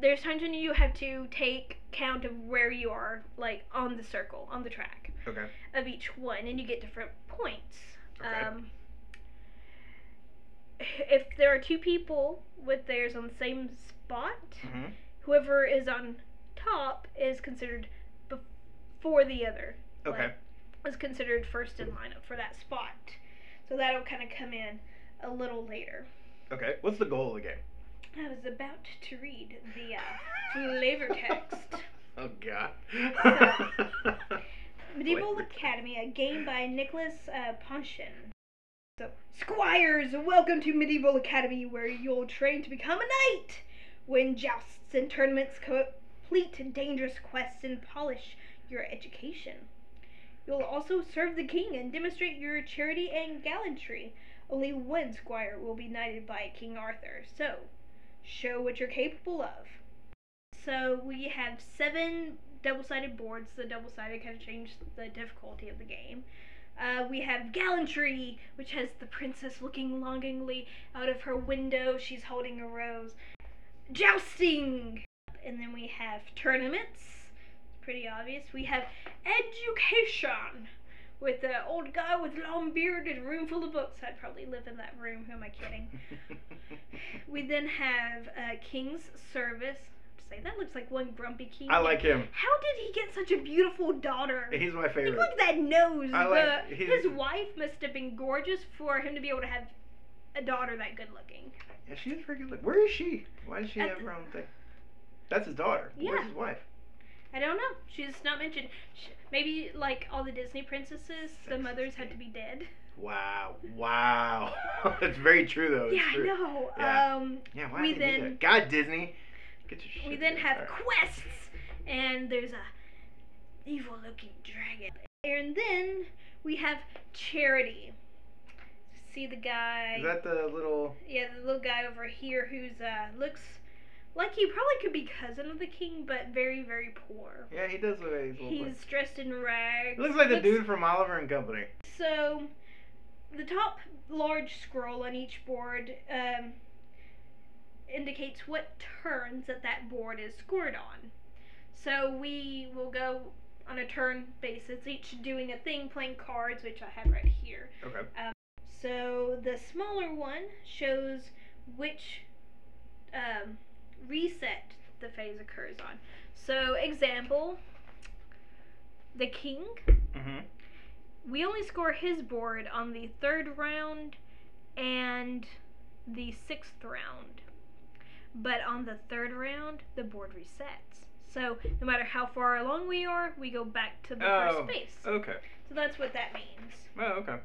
Speaker 2: there's times when you have to take count of where you are, like on the circle, on the track
Speaker 1: Okay.
Speaker 2: Um, of each one, and you get different points.
Speaker 1: Okay.
Speaker 2: Um, if there are two people with theirs on the same spot,
Speaker 1: hmm
Speaker 2: whoever is on top is considered before the other.
Speaker 1: Okay.
Speaker 2: Like, is considered first in lineup for that spot. So that'll kind of come in a little later.
Speaker 1: Okay. What's the goal of the game?
Speaker 2: I was about to read the
Speaker 1: <laughs>
Speaker 2: uh, flavor text.
Speaker 1: Oh
Speaker 2: <laughs>
Speaker 1: god.
Speaker 2: Medieval
Speaker 1: Flavor
Speaker 2: Academy, a game by Nicholas uh, Ponshin. So, squires, welcome to Medieval Academy, where you'll train to become a knight. Win jousts and tournaments, complete dangerous quests, and polish your education. You'll also serve the king and demonstrate your charity and gallantry. Only one squire will be knighted by King Arthur, so show what you're capable of. So we have seven double-sided boards. The double-sided kind of changed the difficulty of the game. Uh, we have gallantry, which has the princess looking longingly out of her window. She's holding a rose. Jousting, and then we have tournaments. Pretty obvious. We have education, with the old guy with long beard and room full of books. I'd probably live in that room. Who am I kidding? We then have uh, King's Service. Say that looks like one grumpy king.
Speaker 1: I like him.
Speaker 2: How did he get such a beautiful daughter?
Speaker 1: He's my
Speaker 2: Look
Speaker 1: favorite.
Speaker 2: at that nose.
Speaker 1: I like
Speaker 2: the,
Speaker 1: his-
Speaker 2: his wife must have been gorgeous for him to be able to have a daughter that good looking.
Speaker 1: Yeah, she is freaking look. Where is she? Why does she
Speaker 2: At
Speaker 1: have
Speaker 2: the-
Speaker 1: her own thing? That's his daughter.
Speaker 2: Yeah.
Speaker 1: Where's his wife?
Speaker 2: I don't know. She's not mentioned. Sh maybe like all the Disney princesses, the mothers had to be dead.
Speaker 1: Wow. Wow. <laughs> That's very true though. Oh, It's
Speaker 2: yeah, I
Speaker 1: true.
Speaker 2: know.
Speaker 1: Yeah.
Speaker 2: Um,
Speaker 1: Yeah, why did he
Speaker 2: We
Speaker 1: do
Speaker 2: then-
Speaker 1: that? God Disney. Get your shit
Speaker 2: we then
Speaker 1: together.
Speaker 2: have
Speaker 1: Alright.
Speaker 2: quests, and there's a evil looking dragon. And then we have charity. See the guy.
Speaker 1: Is that the little
Speaker 2: Yeah, the little guy over here who's uh looks like he probably could be cousin of the king, but very very poor.
Speaker 1: Yeah, he does look like he's a little
Speaker 2: He's dressed in rags.
Speaker 1: He looks like the dude from Oliver and Company.
Speaker 2: So, the top large scroll on each board um, indicates what turns that that board is scored on. So we will go on a turn basis, each doing a thing, playing cards, which I have right here.
Speaker 1: Okay.
Speaker 2: So the smaller one shows which um, reset the phase occurs on. So, example, the king,
Speaker 1: Mhm.
Speaker 2: we only score his board on the third round and the sixth round. But on the third round, the board resets. So, no matter how far along we are, we go back to the
Speaker 1: Oh.
Speaker 2: first space.
Speaker 1: Okay.
Speaker 2: So, that's what that means.
Speaker 1: Oh, okay.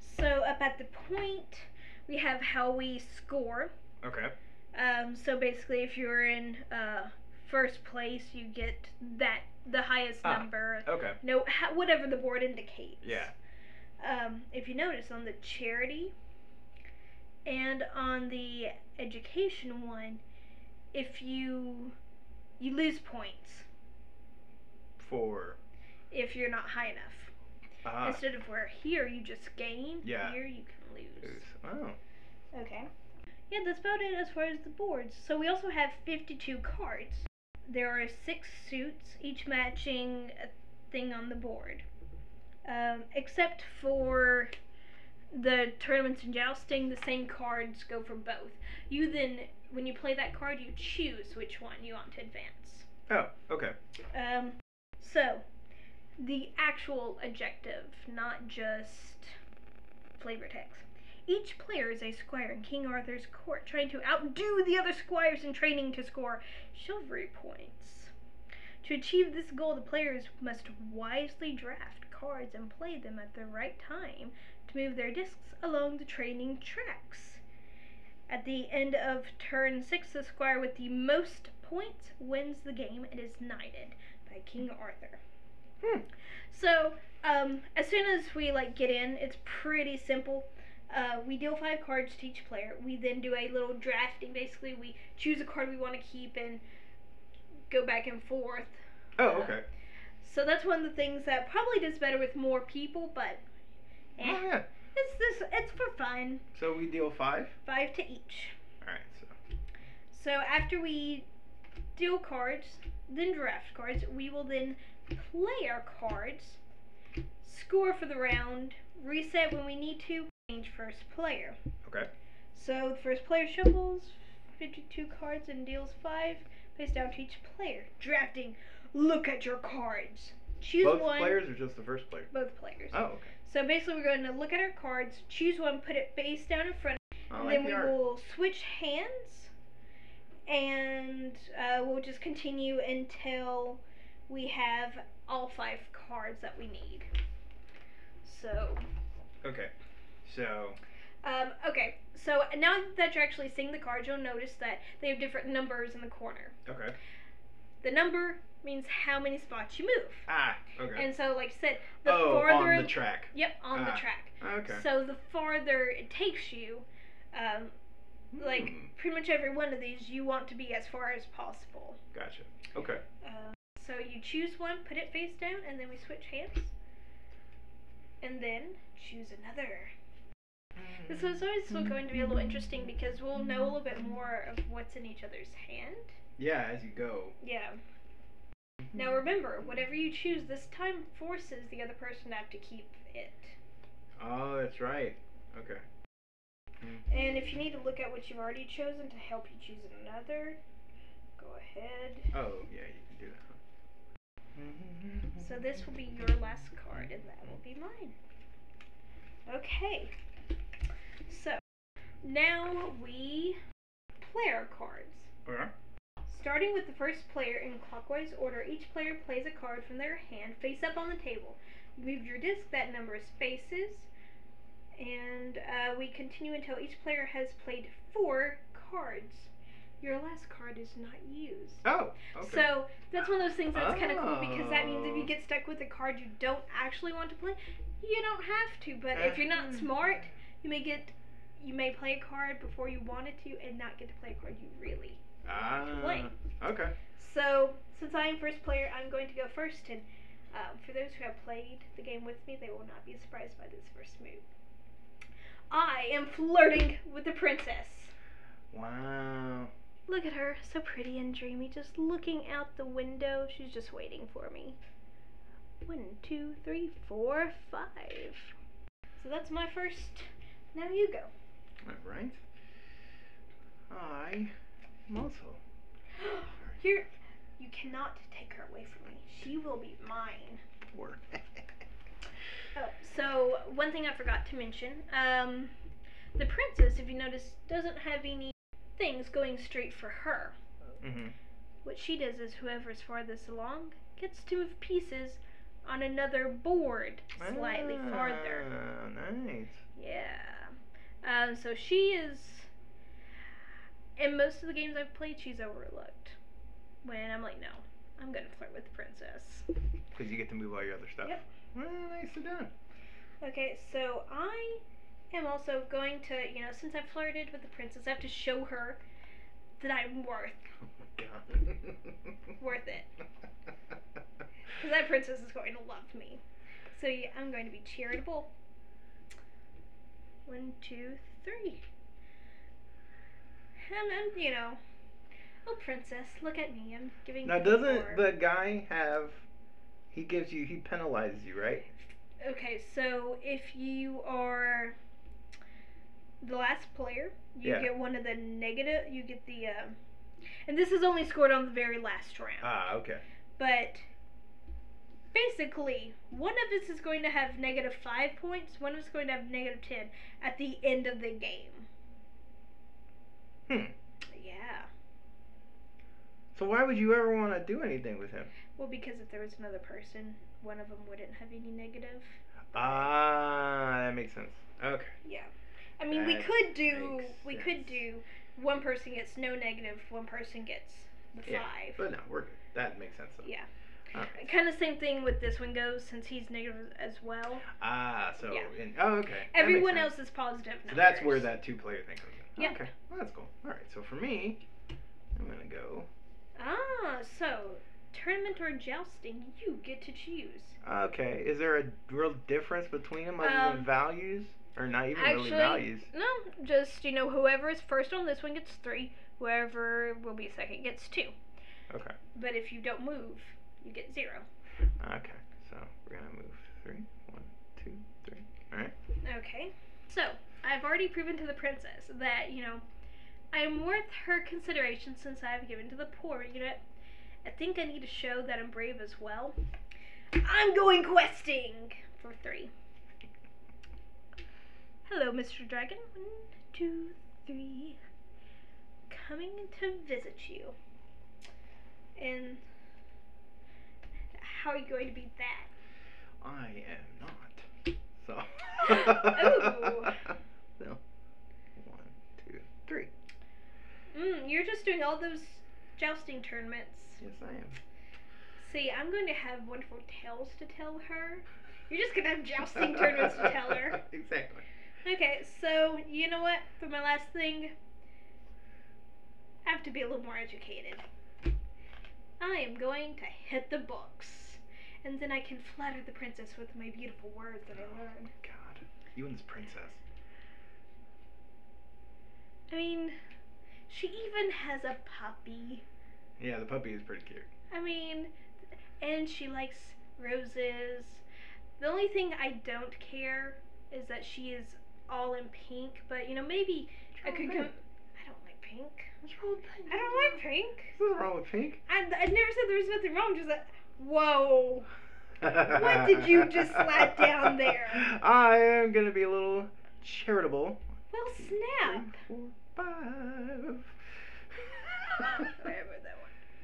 Speaker 2: So up at the point, we have how we score.
Speaker 1: Okay.
Speaker 2: Um, so basically, if you're in uh, first place, you get that the highest
Speaker 1: Ah.
Speaker 2: number.
Speaker 1: Okay.
Speaker 2: No, ha- whatever the board indicates.
Speaker 1: Yeah.
Speaker 2: Um, if you notice on the charity and on the education one, if you you lose points
Speaker 1: Four.
Speaker 2: if you're not high enough.
Speaker 1: Ah.
Speaker 2: Instead of where here you just gain,
Speaker 1: Yeah.
Speaker 2: here you can lose.
Speaker 1: Oh.
Speaker 2: Okay. Yeah, that's about it as far as the boards. So we also have 52 cards. There are six suits, each matching a thing on the board. Um, except for the tournaments and jousting, the same cards go for both. You then, when you play that card, you choose which one you want to advance.
Speaker 1: Oh. Okay.
Speaker 2: Um, so, the actual objective, not just flavor text. Each player is a squire in King Arthur's court, trying to outdo the other squires in training to score chivalry points. To achieve this goal, the players must wisely draft cards and play them at the right time to move their discs along the training tracks. At the end of turn six, the squire with the most points wins the game and is knighted by King Arthur.
Speaker 1: Hmm.
Speaker 2: So, um, as soon as we like get in, it's pretty simple. Uh, we deal five cards to each player. We then do a little drafting. Basically, we choose a card we want to keep and go back and forth.
Speaker 1: Oh. Okay.
Speaker 2: So that's one of the things that probably does better with more people, but eh,
Speaker 1: Oh, yeah.
Speaker 2: it's this it's for fun.
Speaker 1: So we deal five.
Speaker 2: Five to each.
Speaker 1: All right. So.
Speaker 2: So after we deal cards, then draft cards, we will then play our cards, score for the round, reset when we need to, change first player.
Speaker 1: Okay.
Speaker 2: So the first player shuffles 52 cards and deals 5 face down to each player. Drafting. Look at your cards. Choose
Speaker 1: Both
Speaker 2: one.
Speaker 1: players or just the first player?
Speaker 2: Both players.
Speaker 1: Oh, okay.
Speaker 2: So basically, we're going to look at our cards, choose one, put it face down in front,
Speaker 1: I
Speaker 2: and
Speaker 1: like
Speaker 2: then
Speaker 1: the
Speaker 2: we
Speaker 1: art.
Speaker 2: will switch hands, and uh, we'll just continue until we have all five cards that we need. So,
Speaker 1: Okay. So,
Speaker 2: um, okay. So now that you're actually seeing the cards, you'll notice that they have different numbers in the corner.
Speaker 1: okay.
Speaker 2: The number means how many spots you move.
Speaker 1: Ah, okay.
Speaker 2: And so, like I said, the
Speaker 1: oh,
Speaker 2: farther
Speaker 1: on the track.
Speaker 2: yep on the
Speaker 1: Ah.
Speaker 2: track.
Speaker 1: Okay.
Speaker 2: So the farther it takes you, um, like
Speaker 1: Hmm,
Speaker 2: pretty much every one of these, you want to be as far as possible.
Speaker 1: Gotcha. Okay.
Speaker 2: Um, so you choose one, put it face down, and then we switch hands. And then choose another. This was always still going to be a little interesting because we'll know a little bit more of what's in each other's hand.
Speaker 1: Yeah, as you go.
Speaker 2: Yeah. Now remember, whatever you choose this time forces the other person to have to keep it.
Speaker 1: Oh, that's right. Okay.
Speaker 2: And if you need to look at what you've already chosen to help you choose another, go ahead.
Speaker 1: Oh, yeah, you can do that. Huh?
Speaker 2: So this will be your last card, and that will be mine. Okay. So now we play our cards.
Speaker 1: Okay.
Speaker 2: Starting with the first player in clockwise order, each player plays a card from their hand face up on the table. You move your disc that number of spaces, and uh, we continue until each player has played four cards. Your last card is not used.
Speaker 1: Oh. Okay.
Speaker 2: So that's one of those things that's kind of cool because that means if you
Speaker 1: Oh.
Speaker 2: get stuck with a card you don't actually want to play, you don't have to. But if you're
Speaker 1: Mm-hmm. Mm.
Speaker 2: not smart, you may get you may play a card before you wanted to and not get to play a card you really.
Speaker 1: Ah.
Speaker 2: play.
Speaker 1: Okay.
Speaker 2: So since I am first player, I'm going to go first. And um, for those who have played the game with me, they will not be surprised by this first move. I am flirting with the princess.
Speaker 1: Wow.
Speaker 2: Look at her, so pretty and dreamy, just looking out the window. She's just waiting for me. One, two, three, four, five. So that's my first. Now you go. <gasps>
Speaker 1: All right. I am also.
Speaker 2: Here, you cannot take her away from me. She will be mine.
Speaker 1: Poor.
Speaker 2: Oh, so one thing I forgot to mention. Um, the princess, if you notice, doesn't have any things going straight for her.
Speaker 1: <laughs> mm-hmm.
Speaker 2: What she does is whoever's farthest along gets to move pieces on another board slightly farther.
Speaker 1: Ah, nice.
Speaker 2: Yeah. Um, so she is. In most of the games I've played, she's overlooked. When I'm like, no, I'm gonna flirt with the princess.
Speaker 1: Because you get to move all your other stuff.
Speaker 2: Yep.
Speaker 1: Well, nicely done. <laughs>
Speaker 2: Okay, so I am also going to, you know, since I flirted with the princess, I have to show her that I'm worth
Speaker 1: Oh my god. <laughs>
Speaker 2: worth it. Because that princess is going to love me. So yeah, I'm going to be charitable. One, two, three. And then, you know, oh, princess, look at me. I'm giving
Speaker 1: Now,
Speaker 2: you
Speaker 1: doesn't
Speaker 2: four.
Speaker 1: the guy have? He gives you. He penalizes you, right?
Speaker 2: Okay, so if you are the last player, you
Speaker 1: Yeah.
Speaker 2: get one of the negative, you get the, um, and this is only scored on the very last round.
Speaker 1: Ah, okay.
Speaker 2: But basically, one of us is going to have negative five points, one of us is going to have negative ten at the end of the game.
Speaker 1: Hmm.
Speaker 2: Yeah.
Speaker 1: So why would you ever want to do anything with him?
Speaker 2: Well, because if there was another person, one of them wouldn't have any negative.
Speaker 1: Ah, that makes sense. Okay.
Speaker 2: Yeah. I mean, we
Speaker 1: That
Speaker 2: could do
Speaker 1: makes
Speaker 2: we could
Speaker 1: sense.
Speaker 2: do one person gets no negative, one person gets the
Speaker 1: Yeah,
Speaker 2: five.
Speaker 1: But no, we're good. That makes sense. Though.
Speaker 2: Yeah.
Speaker 1: All
Speaker 2: Kind of same thing with this one goes since he's negative as well.
Speaker 1: Ah, so
Speaker 2: Yeah.
Speaker 1: in, oh, okay. That makes
Speaker 2: Everyone
Speaker 1: sense.
Speaker 2: else is positive.
Speaker 1: So that's where
Speaker 2: numbers.
Speaker 1: that two-player thing comes in.
Speaker 2: Yep.
Speaker 1: Okay. Well, that's cool. All right. So for me, I'm gonna go.
Speaker 2: Ah, so tournament or jousting, you get to choose.
Speaker 1: Okay. Is there a real difference between them other
Speaker 2: Um,
Speaker 1: than values, or not even
Speaker 2: actually-
Speaker 1: really values?
Speaker 2: No, just you know, whoever is first on this one gets three. Whoever will be second gets two.
Speaker 1: Okay.
Speaker 2: But if you don't move, you get zero.
Speaker 1: Okay. So we're gonna move three, one, two, three.
Speaker 2: Okay. So I've already proven to the princess that, you know, I am worth her consideration since I have given to the poor unit. I think I need to show that I'm brave as well. I'm going questing for three. Hello, Mr. Dragon. One, two, three. Coming to visit you. And how are you going to beat that?
Speaker 1: I am not. So.
Speaker 2: <laughs> Ooh.
Speaker 1: No. One, two, three.
Speaker 2: Mm, you're just doing all those jousting tournaments.
Speaker 1: Yes, I am.
Speaker 2: See, I'm going to have wonderful tales to tell her. You're just going to
Speaker 1: <laughs>
Speaker 2: have jousting tournaments to tell her.
Speaker 1: exactly.
Speaker 2: Okay, so you know what? For my last thing, I have to be a little more educated. I am going to hit the books, and then I can flatter the princess with my beautiful words that I learned.
Speaker 1: God, you and this princess.
Speaker 2: I mean, she even has a puppy.
Speaker 1: Yeah, the puppy is pretty cute.
Speaker 2: I mean, and she likes roses. The only thing I don't care is that she is all in pink, but you know, maybe I could go. I don't like pink.
Speaker 1: What's wrong with pink?
Speaker 2: I don't like pink.
Speaker 1: What's wrong with pink?
Speaker 2: I, I never said there was nothing wrong. Just that. Whoa. What did you just slide
Speaker 1: <laughs>
Speaker 2: down there?
Speaker 1: I am gonna be a little charitable.
Speaker 2: Well, <laughs> snap.
Speaker 1: Three, four,
Speaker 2: <laughs> Where
Speaker 1: five.
Speaker 2: was that one?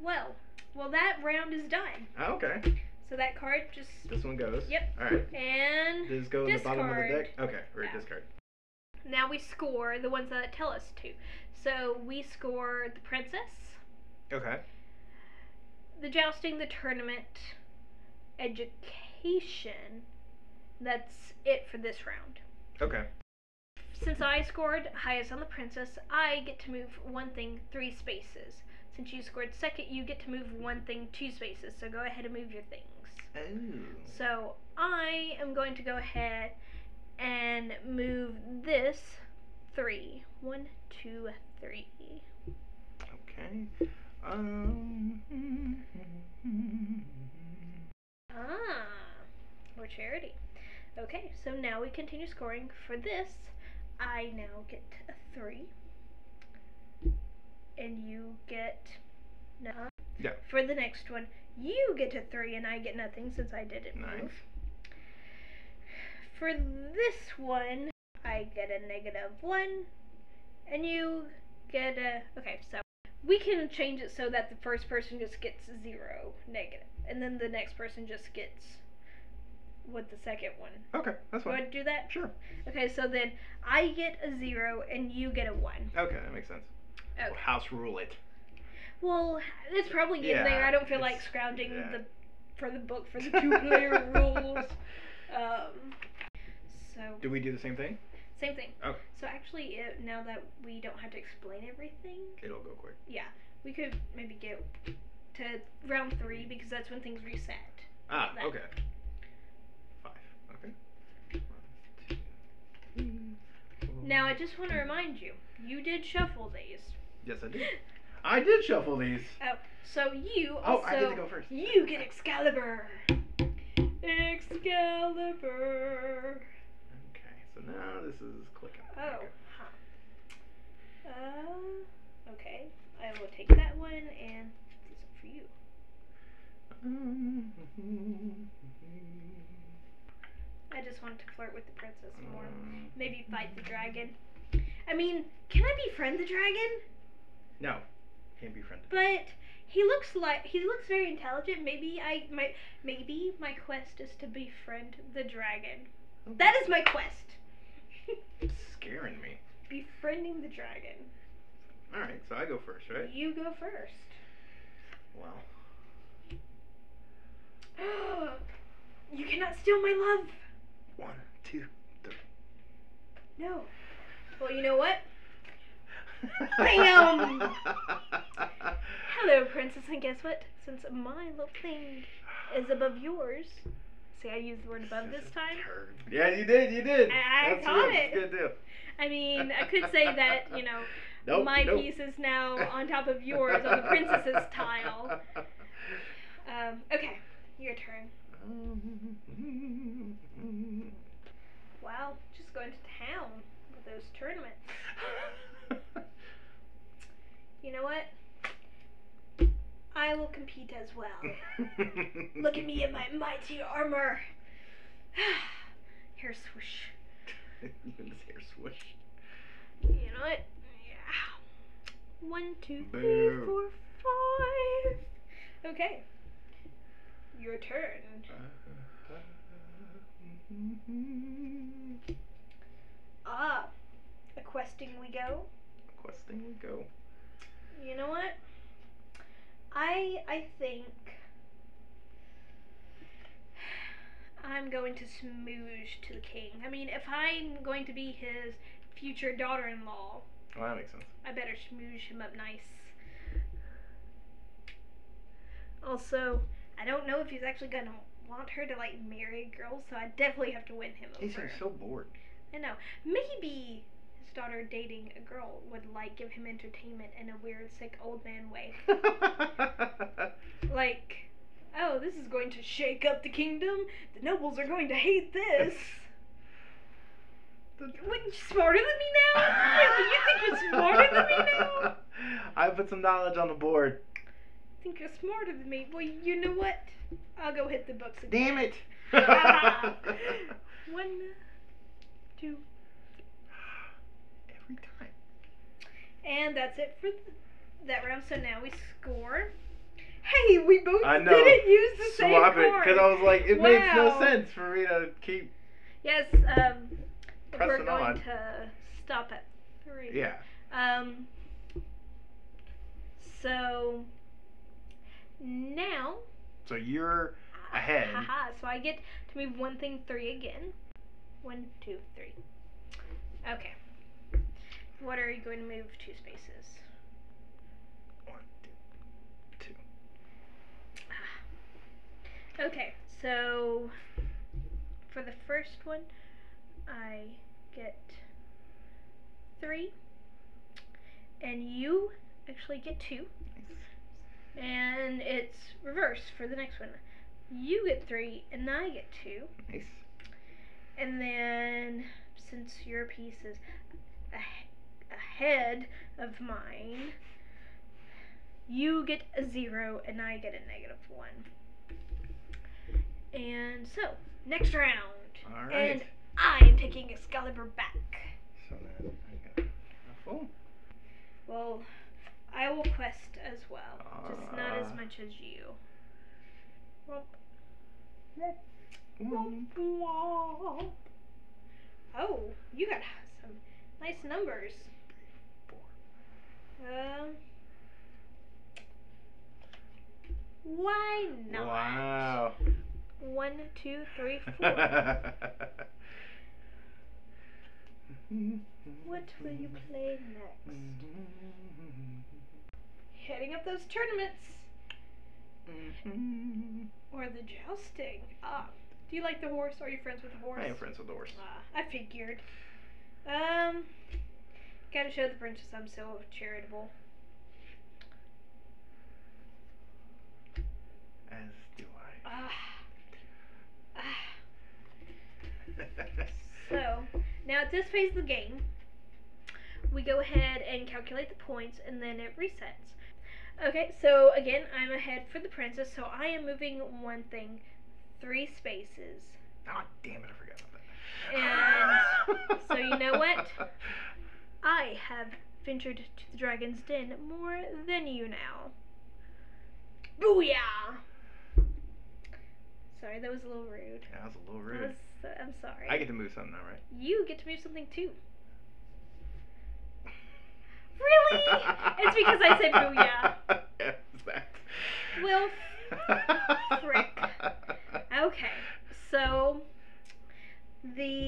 Speaker 2: Well, well, that round is done.
Speaker 1: Oh, okay,
Speaker 2: So that card just
Speaker 1: this one goes.
Speaker 2: Yep.
Speaker 1: All right.
Speaker 2: and
Speaker 1: Does this go in the bottom of the
Speaker 2: Discard.
Speaker 1: deck? Okay, or
Speaker 2: Yeah.
Speaker 1: discard.
Speaker 2: now we score the ones that tell us to. So we score the princess,
Speaker 1: Okay.
Speaker 2: the jousting, the tournament, education. That's it for this round.
Speaker 1: Okay.
Speaker 2: Since I scored highest on the princess, I get to move one thing three spaces. Since you scored second, you get to move one thing two spaces. So go ahead and move your things.
Speaker 1: Oh.
Speaker 2: So I am going to go ahead and move this three. One, two, three.
Speaker 1: Okay. Um. <laughs>
Speaker 2: Ah, or charity. Okay, so now we continue scoring. For this, I now get a three, and you get nothing.
Speaker 1: Yeah.
Speaker 2: For the next one, you get a three, and I get nothing since I didn't
Speaker 1: Nice.
Speaker 2: move. For this one, I get a negative one, and you get a okay. So we can change it so that the first person just gets zero negative, and then the next person just gets what the second one.
Speaker 1: Okay, that's
Speaker 2: You
Speaker 1: fine.
Speaker 2: want to do that?
Speaker 1: Sure.
Speaker 2: Okay, so then I get a zero and you get a one.
Speaker 1: Okay, that makes sense.
Speaker 2: Okay.
Speaker 1: Well, house rule it.
Speaker 2: Well, it's probably getting there.
Speaker 1: Yeah,
Speaker 2: I don't feel like
Speaker 1: it's-
Speaker 2: scrounging
Speaker 1: yeah.
Speaker 2: the for the book for the two
Speaker 1: <laughs>
Speaker 2: player rules. Um, so
Speaker 1: Do Oh. we do the same thing?
Speaker 2: same thing.
Speaker 1: Okay.
Speaker 2: So actually, it, now that we don't have to explain everything,
Speaker 1: It'll go quick.
Speaker 2: we could maybe get to round three because that's when things reset.
Speaker 1: Ah,
Speaker 2: That.
Speaker 1: okay. Five. Okay. One, two, three, four.
Speaker 2: Now, I just want to remind you, you did shuffle these.
Speaker 1: <laughs> Yes, I did. I did shuffle these.
Speaker 2: Oh, so you
Speaker 1: Oh,
Speaker 2: also
Speaker 1: I get to go first.
Speaker 2: You get Excalibur. Excalibur.
Speaker 1: Okay, so now this is clicking.
Speaker 2: Oh.
Speaker 1: Okay.
Speaker 2: Huh. Uh, okay. I will take that one and these are for you. I just wanted to flirt with the princess more. Maybe fight the dragon. I mean, can I befriend the dragon?
Speaker 1: No, can't be friendly.
Speaker 2: But he looks like he looks very intelligent. Maybe I might. Maybe my quest is to befriend the dragon. That is my quest. <laughs>
Speaker 1: scaring me.
Speaker 2: Befriending the dragon.
Speaker 1: All right, so I go first, right?
Speaker 2: You go first. <gasps>
Speaker 1: Wow.
Speaker 2: you cannot steal my love.
Speaker 1: One, <laughs> two.
Speaker 2: No. Well, you know what?
Speaker 1: Bam!
Speaker 2: Hello, princess, and guess what? Since my little thing is above yours, see, I used the word
Speaker 1: <laughs>
Speaker 2: above this time.
Speaker 1: Yeah, you did. You did.
Speaker 2: I- I
Speaker 1: That's
Speaker 2: caught
Speaker 1: good.
Speaker 2: it.
Speaker 1: Good deal.
Speaker 2: I mean, I could say that you know
Speaker 1: <laughs> Nope,
Speaker 2: my
Speaker 1: nope.
Speaker 2: piece is now on top of yours on the
Speaker 1: <laughs>
Speaker 2: princess's tile. Um, okay, your turn. Wow, just going to town with those tournaments. You know what? I will compete as well. Look at me in my mighty armor. <sighs> Hair swoosh.
Speaker 1: Even his hair swoosh.
Speaker 2: You know what? Yeah. One, two, three,
Speaker 1: Boo.
Speaker 2: four, five. Okay. Your turn. Ah, a questing we go.
Speaker 1: Questing we go.
Speaker 2: You know what? I I think I'm going to smooge to the king. I mean, if I'm going to be his future daughter-in-law,
Speaker 1: Well, that makes sense.
Speaker 2: I better smooge him up nice. Also, I don't know if he's actually gonna want her to like marry a girl, so I definitely have to win him
Speaker 1: He
Speaker 2: over.
Speaker 1: seems so bored. <laughs>
Speaker 2: I know. Maybe his daughter dating a girl would like give him entertainment in a weird, sick old man way. Like, oh, this is going to shake up the kingdom. The nobles are going to
Speaker 1: <laughs>
Speaker 2: hate this. Wouldn't you smarter than me now? you think you're smarter than me now?
Speaker 1: I put some knowledge on the board.
Speaker 2: Think you're smarter than me? Well, you know what? I'll go hit the books again.
Speaker 1: Damn
Speaker 2: <laughs>
Speaker 1: it!
Speaker 2: One, two,
Speaker 1: Every time.
Speaker 2: and that's it for th- that round. So now we score. Hey, we both
Speaker 1: I know.
Speaker 2: didn't use the same
Speaker 1: Swap it,
Speaker 2: card.
Speaker 1: because I was like, it makes no
Speaker 2: Wow.
Speaker 1: sense for me to keep.
Speaker 2: Yes, um, if
Speaker 1: Press
Speaker 2: we're
Speaker 1: it
Speaker 2: going
Speaker 1: on.
Speaker 2: to stop at three.
Speaker 1: Yeah.
Speaker 2: Um, so now,
Speaker 1: So you're Ahead.
Speaker 2: haha, so I get to move one thing three again. One, two, three. Okay. What are you going to move two spaces?
Speaker 1: one, two,
Speaker 2: Ah. Okay, so for the first one, I get three, and you actually get two, and it's reverse for the next one. You get three, and I get two,
Speaker 1: nice,
Speaker 2: and then since your piece is ah- ahead of mine, you get a zero, and I get a negative one. And so, next round.
Speaker 1: nice. All right.
Speaker 2: And I'm taking Excalibur back.
Speaker 1: so then I got a full.
Speaker 2: Well, I will quest as well, just not as
Speaker 1: Ah.
Speaker 2: much as you.
Speaker 1: One.
Speaker 2: Oh, you got some nice numbers. Um. Why not?
Speaker 1: Wow.
Speaker 2: One, two,
Speaker 1: <laughs>
Speaker 2: three, four. what will you play next? Heading up those tournaments. Or the jousting. Ah, do you like the horse? Are you friends with the horse?
Speaker 1: I am friends with the horse.
Speaker 2: Ah, I figured. Um, gotta show the princess I'm so charitable.
Speaker 1: As do <laughs>
Speaker 2: Ah. Ah.
Speaker 1: I.
Speaker 2: So, now at this phase of the game, we go ahead and calculate the points and then it resets. Okay, so again, I'm ahead for the princess, so I am moving one thing three spaces.
Speaker 1: Ah, damn it! I forgot <laughs> about that.
Speaker 2: And so you know what? I have ventured to the dragon's den more than you now. Booyah! Sorry, that was a little rude.
Speaker 1: That was a little
Speaker 2: That
Speaker 1: rude.
Speaker 2: was so- I'm sorry.
Speaker 1: I get to move something now, right?
Speaker 2: you get to move something too. Really? it's because I
Speaker 1: <laughs>
Speaker 2: said booyah.
Speaker 1: Yeah, it's that.
Speaker 2: Well,
Speaker 1: <laughs>
Speaker 2: frick. Okay, so the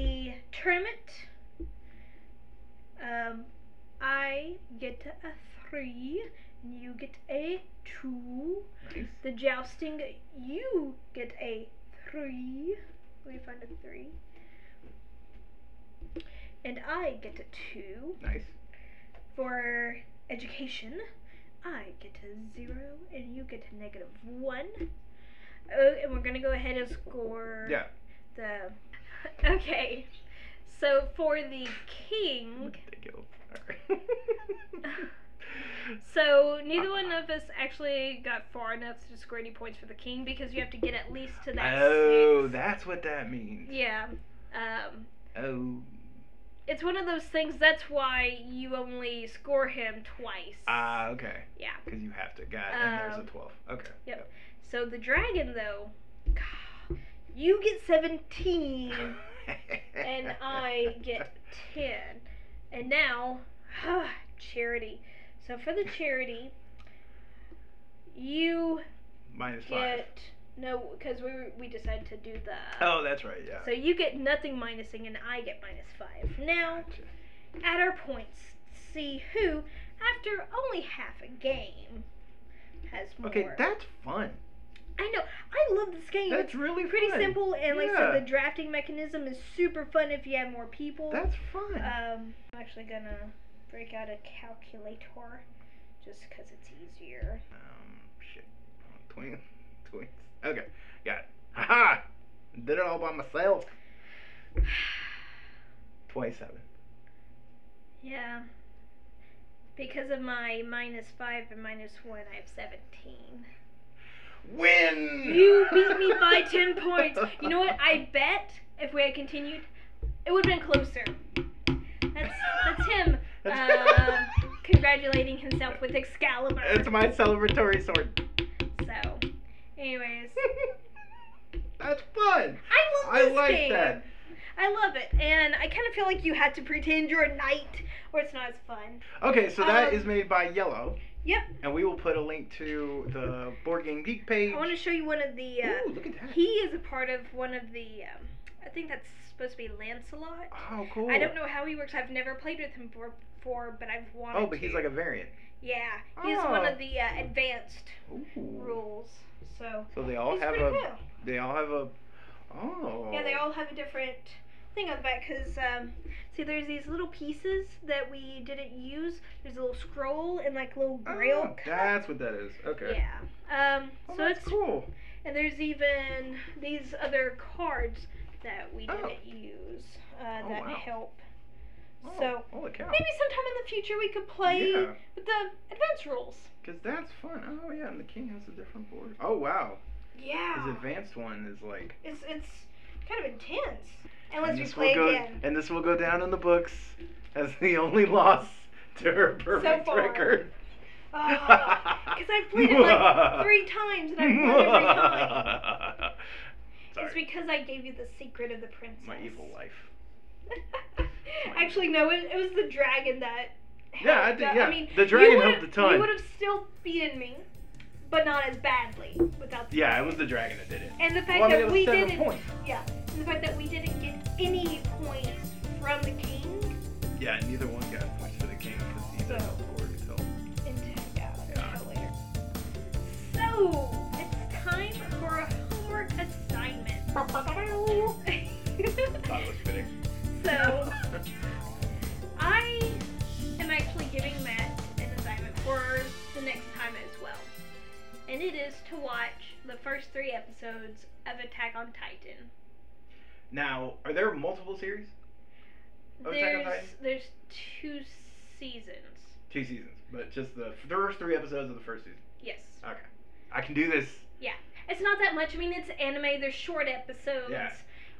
Speaker 2: tournament, um, I get a three, and you get a two.
Speaker 1: Nice.
Speaker 2: The jousting, you get a three. Let me find a three. And I get a two.
Speaker 1: Nice.
Speaker 2: For education, I get a zero, and you get a negative one. Oh, and we're gonna go ahead and score
Speaker 1: Yeah.
Speaker 2: the. <laughs> Okay, So for the king,
Speaker 1: They
Speaker 2: <laughs>
Speaker 1: go. Alright.
Speaker 2: so neither one of us actually got far enough to score any points for the king because you have to get at least to
Speaker 1: <laughs>
Speaker 2: that.
Speaker 1: oh,
Speaker 2: six.
Speaker 1: that's what that means.
Speaker 2: Yeah. Um,
Speaker 1: Oh,
Speaker 2: it's one of those things. That's why you only score him twice.
Speaker 1: ah, okay.
Speaker 2: Yeah.
Speaker 1: Because you have to. Got it. And there's
Speaker 2: Um,
Speaker 1: a 12. Okay.
Speaker 2: yep. So the dragon, though, you get seventeen
Speaker 1: <laughs>
Speaker 2: and I get ten. And now, ah, charity. So for the charity, you
Speaker 1: Minus five.
Speaker 2: get no, because we were- we decided to do the.
Speaker 1: Oh, that's right. Yeah.
Speaker 2: So you get nothing minusing, and I get minus five. Now.
Speaker 1: Gotcha.
Speaker 2: at our points see who, after only half a game, has more.
Speaker 1: Okay, that's fun.
Speaker 2: I know. I love this game.
Speaker 1: That's really
Speaker 2: it's pretty
Speaker 1: fun.
Speaker 2: simple, and like I
Speaker 1: Yeah.
Speaker 2: said, the drafting mechanism is super fun if you have more people.
Speaker 1: That's fun.
Speaker 2: um, I'm actually gonna break out a calculator just because it's easier. <sighs>
Speaker 1: um, shit. Twins. Twins. Okay. Got it. Haha! Did it all by myself. 27.
Speaker 2: Yeah. Because of my minus five and minus one, I have 17.
Speaker 1: Win!
Speaker 2: You beat me
Speaker 1: <laughs>
Speaker 2: by 10 points. You know what? I bet if we had continued, it would have been closer. That's, that's him
Speaker 1: <laughs> That's-
Speaker 2: um, congratulating himself with Excalibur.
Speaker 1: <laughs> It's my celebratory sword.
Speaker 2: So, anyways,
Speaker 1: <laughs> That's fun.
Speaker 2: I love
Speaker 1: I
Speaker 2: this
Speaker 1: like
Speaker 2: game.
Speaker 1: that.
Speaker 2: I love it. And I kind of feel like you had to pretend you're a knight or it's not as fun.
Speaker 1: Okay, so that
Speaker 2: Um,
Speaker 1: is made by Yellow,
Speaker 2: Yep.
Speaker 1: and we will put a link to the Board Game Geek page.
Speaker 2: I want to show you one of the. Uh,
Speaker 1: Ooh, look at that.
Speaker 2: he is a part of one of the. Um, I think that's supposed to be Lancelot.
Speaker 1: oh, cool.
Speaker 2: I don't know how he works. I've never played with him before, before but I've wanted.
Speaker 1: Oh, but he's
Speaker 2: to.
Speaker 1: like a variant.
Speaker 2: Yeah, he's one
Speaker 1: Oh.
Speaker 2: of the uh, advanced
Speaker 1: Ooh.
Speaker 2: rules. So
Speaker 1: So they all
Speaker 2: he's
Speaker 1: have
Speaker 2: pretty
Speaker 1: a.
Speaker 2: cool.
Speaker 1: They all have a. Oh.
Speaker 2: Yeah, they all have a different thing on the back because um, see, there's these little pieces that we didn't use. There's a little scroll and like little grail.
Speaker 1: Oh,
Speaker 2: cut.
Speaker 1: that's what that is. Okay.
Speaker 2: Yeah. Um.
Speaker 1: Oh,
Speaker 2: so
Speaker 1: that's
Speaker 2: it's
Speaker 1: cool.
Speaker 2: and there's even these other cards that we
Speaker 1: Oh.
Speaker 2: didn't use uh,
Speaker 1: Oh,
Speaker 2: that
Speaker 1: wow.
Speaker 2: help.
Speaker 1: Oh,
Speaker 2: so-
Speaker 1: holy cow.
Speaker 2: Maybe sometime in the future we could play
Speaker 1: Yeah,
Speaker 2: with the advanced rules.
Speaker 1: because that's fun. Oh yeah, and the king has a different board. Oh wow,
Speaker 2: Yeah.
Speaker 1: his advanced one is like.
Speaker 2: It's it's kind of intense. Unless
Speaker 1: and
Speaker 2: we
Speaker 1: this
Speaker 2: play
Speaker 1: will go, <laughs>
Speaker 2: again.
Speaker 1: And this will go down in the books as the only loss to her perfect
Speaker 2: far.
Speaker 1: record.
Speaker 2: <laughs> Because Oh, I've played
Speaker 1: <laughs>
Speaker 2: it like three times and I've won every time.
Speaker 1: Sorry,
Speaker 2: It's because I gave you the secret of the princess.
Speaker 1: my evil
Speaker 2: <laughs>
Speaker 1: life.
Speaker 2: Actually, no, it, it was the dragon that.
Speaker 1: Yeah, I
Speaker 2: helped,
Speaker 1: did-
Speaker 2: uh,
Speaker 1: yeah,
Speaker 2: I mean,
Speaker 1: the
Speaker 2: you
Speaker 1: dragon
Speaker 2: would've-
Speaker 1: helped a ton.
Speaker 2: You would have still beaten me, but not as badly without the
Speaker 1: Yeah, it
Speaker 2: dragon.
Speaker 1: was the dragon that did it.
Speaker 2: And the fact
Speaker 1: Well, I mean, it
Speaker 2: that
Speaker 1: was
Speaker 2: we
Speaker 1: seven
Speaker 2: didn't,
Speaker 1: points.
Speaker 2: yeah, and the fact that we didn't get any points from the king
Speaker 1: Yeah, neither one got points for the king because he
Speaker 2: So-
Speaker 1: doesn't have board. So.
Speaker 2: into yeah, I'll
Speaker 1: Yeah.
Speaker 2: show later. So it's time for a homework
Speaker 1: <laughs>
Speaker 2: assignment.
Speaker 1: Thought
Speaker 2: <laughs>
Speaker 1: it was fitting.
Speaker 2: so I am actually giving Matt an assignment for the next time as well, and it is to watch the first three episodes of Attack on Titan.
Speaker 1: <laughs> Now, are there multiple series? Of Oh, Attack on
Speaker 2: There's
Speaker 1: Titan?
Speaker 2: there's two seasons.
Speaker 1: Two seasons, but just the first three episodes of the first season.
Speaker 2: Yes.
Speaker 1: Okay, I can do this.
Speaker 2: It's not that much. I mean, it's anime. They're short episodes,
Speaker 1: Yeah.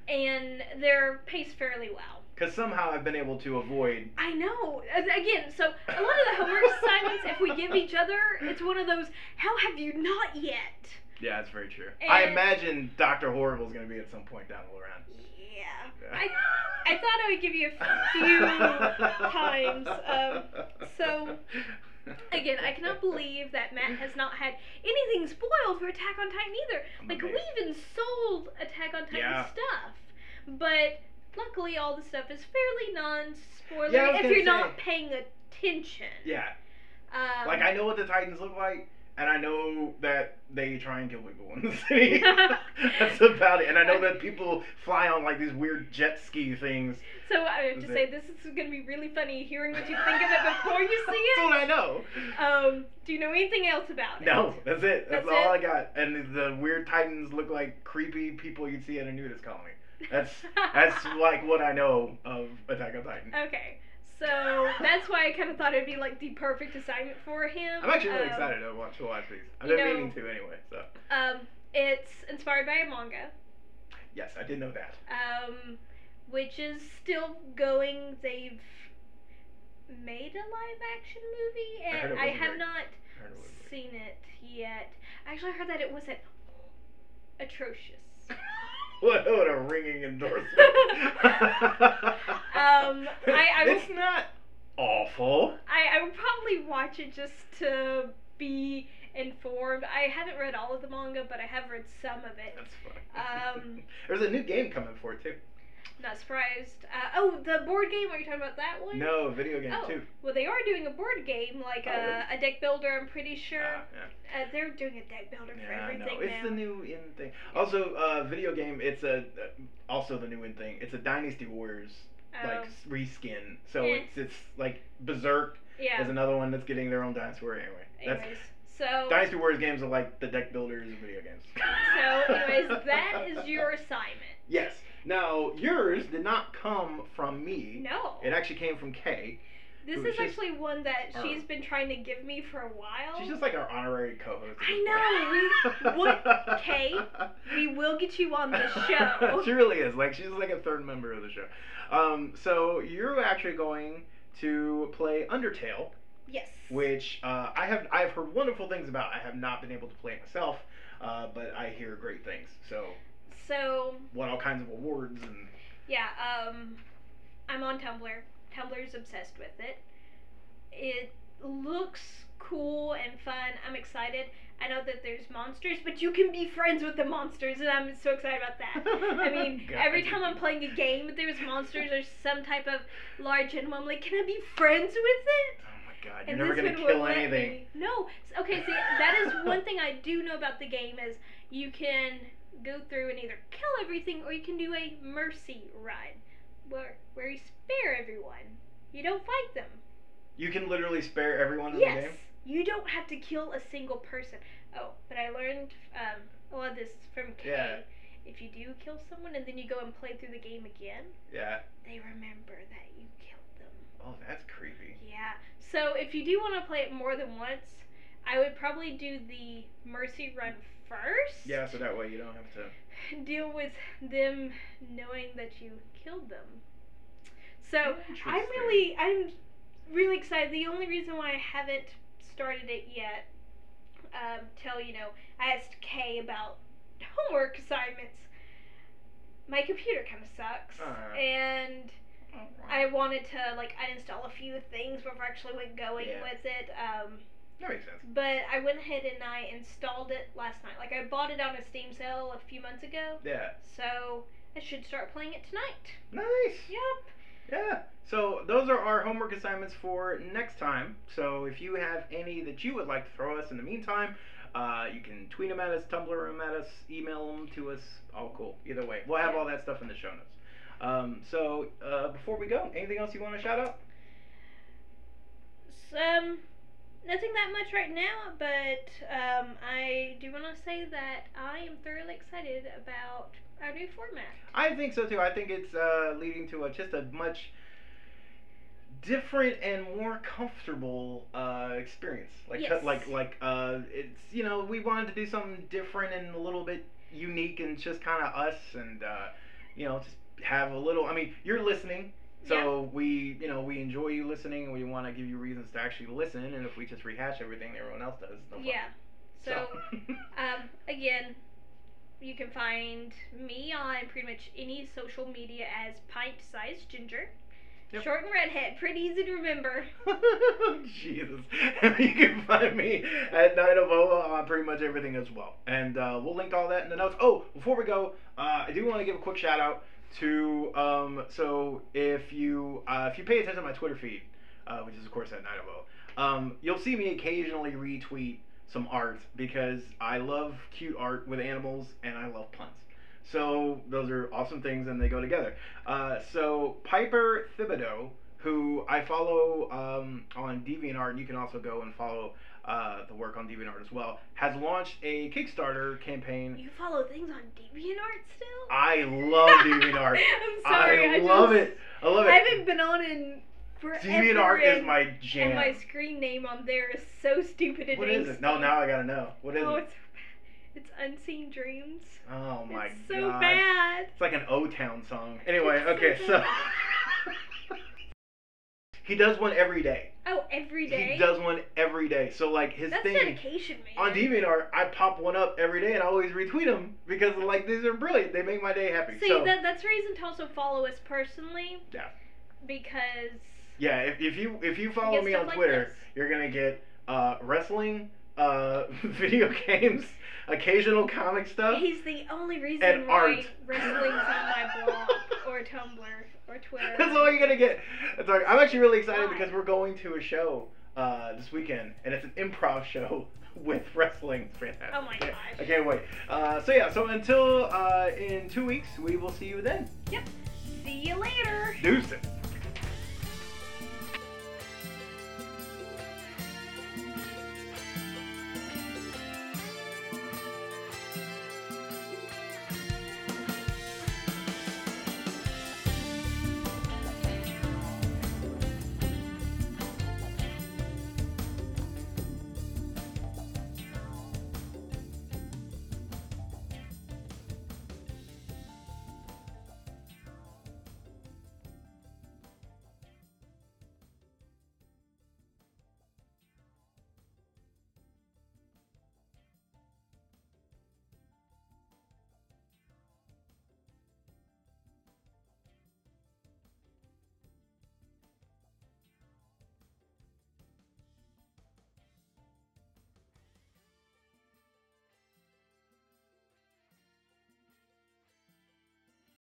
Speaker 2: and they're paced fairly well.
Speaker 1: Because somehow I've been able to avoid.
Speaker 2: I know. As- Again, so a lot of
Speaker 1: <laughs>
Speaker 2: the homework assignments, if we give each other, it's one of those, how have you not yet?
Speaker 1: Yeah, that's very true. I
Speaker 2: And-
Speaker 1: imagine Dr. Horrible's going to be at some point down the line.
Speaker 2: Yeah. I, I thought I would give you
Speaker 1: <laughs>
Speaker 2: a few times. Um, so, again, I cannot believe that Matt has not had anything spoiled for Attack on Titan either.
Speaker 1: I'm
Speaker 2: Like, we
Speaker 1: amazed.
Speaker 2: even sold Attack on Titan
Speaker 1: Yeah.
Speaker 2: stuff. But luckily, all the stuff is fairly non spoilery
Speaker 1: Yeah, I was
Speaker 2: if
Speaker 1: gonna
Speaker 2: you're not
Speaker 1: say.
Speaker 2: paying attention.
Speaker 1: Yeah,
Speaker 2: Um,
Speaker 1: like I know what the Titans look like, and I know that they try and kill people in
Speaker 2: <laughs>
Speaker 1: the city. that's about it. And I know that people fly on like these weird jet ski things.
Speaker 2: So I have to
Speaker 1: Is it-
Speaker 2: say, this is going to be really funny hearing what you think of it before you see
Speaker 1: <laughs> That's
Speaker 2: it.
Speaker 1: what I know.
Speaker 2: Um, do you know anything else about it?
Speaker 1: <laughs> No, that's it. That's,
Speaker 2: That's
Speaker 1: all
Speaker 2: it?
Speaker 1: I got. And the weird Titans look like creepy people you'd see at a nudist colony. That's
Speaker 2: <laughs>
Speaker 1: that's like what I know of Attack on Titan.
Speaker 2: okay. So that's why I kind of thought it'd be like the perfect assignment for him.
Speaker 1: I'm actually really
Speaker 2: Um,
Speaker 1: excited to watch to watch these. I've
Speaker 2: you
Speaker 1: been
Speaker 2: know-
Speaker 1: meaning to anyway. So
Speaker 2: Um, it's inspired by a manga,
Speaker 1: yes, I did know that.
Speaker 2: um, which is still going. They've made a live action movie,
Speaker 1: I heard
Speaker 2: and
Speaker 1: it
Speaker 2: I,
Speaker 1: wasn't
Speaker 2: have
Speaker 1: very-
Speaker 2: not
Speaker 1: I heard it was good.
Speaker 2: seen it yet. I actually heard that it wasn't atrocious. <laughs>
Speaker 1: What, what a ringing endorsement.
Speaker 2: Um, I-
Speaker 1: <laughs>
Speaker 2: I will-
Speaker 1: it's not awful.
Speaker 2: I, I would probably watch it just to be informed. I haven't read all of the manga, but I have read some of it.
Speaker 1: That's fine.
Speaker 2: Um,
Speaker 1: <laughs> There's a new game coming for it too.
Speaker 2: Not surprised. Uh, oh, the board game. Are you talking about that one?
Speaker 1: No, video game
Speaker 2: Oh,
Speaker 1: too.
Speaker 2: Well, they are doing a board game, like uh,
Speaker 1: Oh,
Speaker 2: a, a deck builder. I'm pretty
Speaker 1: Ah,
Speaker 2: sure
Speaker 1: yeah.
Speaker 2: uh, they're doing a deck builder for
Speaker 1: Yeah, I know.
Speaker 2: everything
Speaker 1: It's
Speaker 2: now.
Speaker 1: the new in thing. Also, uh, video game. It's a uh, also the new in thing. It's a Dynasty Warriors like
Speaker 2: Um,
Speaker 1: s- reskin. So
Speaker 2: Eh.
Speaker 1: it's it's like Berserk
Speaker 2: yeah.
Speaker 1: is another one that's getting their own Dynasty Warrior anyway. That's
Speaker 2: Anyways, so
Speaker 1: Dynasty Warriors games are like the deck builders of video games.
Speaker 2: so
Speaker 1: <laughs>
Speaker 2: anyways, that is your assignment.
Speaker 1: Yes. Now yours did not come from me.
Speaker 2: No,
Speaker 1: It actually came from Kay.
Speaker 2: this
Speaker 1: who
Speaker 2: is
Speaker 1: is just-
Speaker 2: actually one that
Speaker 1: or-
Speaker 2: she's been trying to give me for a while.
Speaker 1: She's just like our honorary co-host. at
Speaker 2: I
Speaker 1: this
Speaker 2: know,
Speaker 1: point.
Speaker 2: we- what-
Speaker 1: <laughs>
Speaker 2: Kay, we will get you on the show.
Speaker 1: she really is. Like she's like a third member of the show. Um, so you're actually going to play Undertale,
Speaker 2: yes.
Speaker 1: which uh, I have I have heard wonderful things about. I have not been able to play it myself, uh, but I hear great things. So
Speaker 2: So
Speaker 1: won all kinds of awards and
Speaker 2: Yeah, um, I'm on Tumblr. Tumblr's obsessed with it. It looks cool and fun. I'm excited. I know that there's monsters, but you can be friends with the monsters, and I'm so excited about that. <laughs> I mean,
Speaker 1: <laughs> God. Oh
Speaker 2: every time I'm playing a game, there's monsters or some type of large animal. I'm like, can I be friends with it?
Speaker 1: Oh my god, you're
Speaker 2: And
Speaker 1: never
Speaker 2: this
Speaker 1: gonna
Speaker 2: one will
Speaker 1: kill
Speaker 2: let
Speaker 1: anything.
Speaker 2: me- No. S- Okay. See, that is one thing I do know about the game is you can go through and either kill everything or you can do a mercy run, where where you spare everyone. You don't fight them.
Speaker 1: You can literally spare everyone in the
Speaker 2: Yes.
Speaker 1: game.
Speaker 2: You don't have to kill a single person. Oh, but I learned um, a lot of this from Kay.
Speaker 1: Yeah.
Speaker 2: If you do kill someone and then you go and play through the game again,
Speaker 1: Yeah.
Speaker 2: they remember that you killed them.
Speaker 1: Oh, that's creepy.
Speaker 2: Yeah. So if you do want to play it more than once, I would probably do the mercy run first.
Speaker 1: Yeah, so that way you don't have to.
Speaker 2: <laughs> Deal with them knowing that you killed them. So I'm
Speaker 1: Interesting.
Speaker 2: really, I'm really excited. The only reason why I haven't started it yet, um, till you know, I asked Kay about homework assignments. My computer kind of sucks,
Speaker 1: Uh-huh.
Speaker 2: and I wanted to like uninstall a few things before I actually went going
Speaker 1: Yeah.
Speaker 2: with it. Um,
Speaker 1: That makes sense.
Speaker 2: but I went ahead and I installed it last night. Like I bought it on a Steam sale a few months ago,
Speaker 1: Yeah.
Speaker 2: so I should start playing it tonight.
Speaker 1: Nice.
Speaker 2: Yep.
Speaker 1: Yeah. So those are our homework assignments for next time. So if you have any that you would like to throw us in the meantime, uh, you can tweet them at us, Tumblr them at us, email them to us. All cool. Either way, we'll have all that stuff in the show notes. Um, so uh, before we go, anything else you want to shout out?
Speaker 2: So, um, nothing that much right now, but um, I do want to say that I am thoroughly excited about our new format.
Speaker 1: I think so too. I think it's uh, leading to a, just a much different and more comfortable uh, experience. Like
Speaker 2: Yes.
Speaker 1: like like uh, it's you know we wanted to do something different and a little bit unique and just kind of us and uh, you know just have a little. I mean, you're listening. So we, you know, we enjoy you listening, and we want to give you reasons to actually listen. And if we just rehash everything that everyone else does, it's no fun.
Speaker 2: Yeah. so
Speaker 1: <laughs>
Speaker 2: Um, again, you can find me on pretty much any social media as Pint Sized Ginger.
Speaker 1: Yep.
Speaker 2: Short and redhead, pretty easy to remember.
Speaker 1: <laughs> Jesus. you can find me at Night of Oa on pretty much everything as well. And uh, we'll link all that in the notes. Oh, before we go, uh, I do want to give a quick shout out to um, so if you uh, if you pay attention to my Twitter feed, uh, which is of course at Night of Oa, um, you'll see me occasionally retweet some art because I love cute art with animals and I love puns. So those are awesome things and they go together. Uh, so Piper Thibodeau, who I follow um, on DeviantArt, and you can also go and follow uh, the work on DeviantArt as well, has launched a Kickstarter campaign.
Speaker 2: You follow things on DeviantArt still?
Speaker 1: I love
Speaker 2: <laughs>
Speaker 1: DeviantArt.
Speaker 2: I'm sorry.
Speaker 1: I,
Speaker 2: I,
Speaker 1: love
Speaker 2: just,
Speaker 1: it. I love
Speaker 2: I
Speaker 1: it.
Speaker 2: haven't been on in forever.
Speaker 1: DeviantArt is
Speaker 2: and-
Speaker 1: my jam.
Speaker 2: And my screen name on there is so stupid and
Speaker 1: what is it? No,
Speaker 2: angsty.
Speaker 1: now I gotta know. What is
Speaker 2: Oh,
Speaker 1: it?
Speaker 2: it's, it's Unseen Dreams.
Speaker 1: Oh my
Speaker 2: it's so
Speaker 1: god.
Speaker 2: bad.
Speaker 1: It's like an O Town song. Anyway,
Speaker 2: It's so
Speaker 1: okay, so
Speaker 2: bad.
Speaker 1: <laughs> he does one every day.
Speaker 2: Oh, every day.
Speaker 1: He does one every day. So like his
Speaker 2: That's
Speaker 1: thing
Speaker 2: dedication, man.
Speaker 1: on DeviantArt, I pop one up every day and I always retweet them because like these are brilliant. They make my day happy.
Speaker 2: See,
Speaker 1: so
Speaker 2: that, that's the reason to also follow us personally.
Speaker 1: Yeah.
Speaker 2: Because.
Speaker 1: yeah, if, if you if you
Speaker 2: you
Speaker 1: follow
Speaker 2: get
Speaker 1: me
Speaker 2: stuff
Speaker 1: on
Speaker 2: like
Speaker 1: Twitter,
Speaker 2: this.
Speaker 1: you're gonna get uh, wrestling, uh, <laughs> video games, occasional comic stuff.
Speaker 2: He's the only reason
Speaker 1: and
Speaker 2: why
Speaker 1: art.
Speaker 2: wrestling's on my blog or Tumblr or Twitter.
Speaker 1: <laughs> <laughs> That's all you're gonna get. That's all right. I'm actually really excited
Speaker 2: Why?
Speaker 1: because we're going to a show uh, this weekend, and it's an improv show <laughs> with wrestling. It's fantastic.
Speaker 2: Oh my
Speaker 1: I can't-
Speaker 2: gosh.
Speaker 1: I can't wait. Uh, so yeah. So until uh, in two weeks, we will see you then.
Speaker 2: See you later.
Speaker 1: Deuces.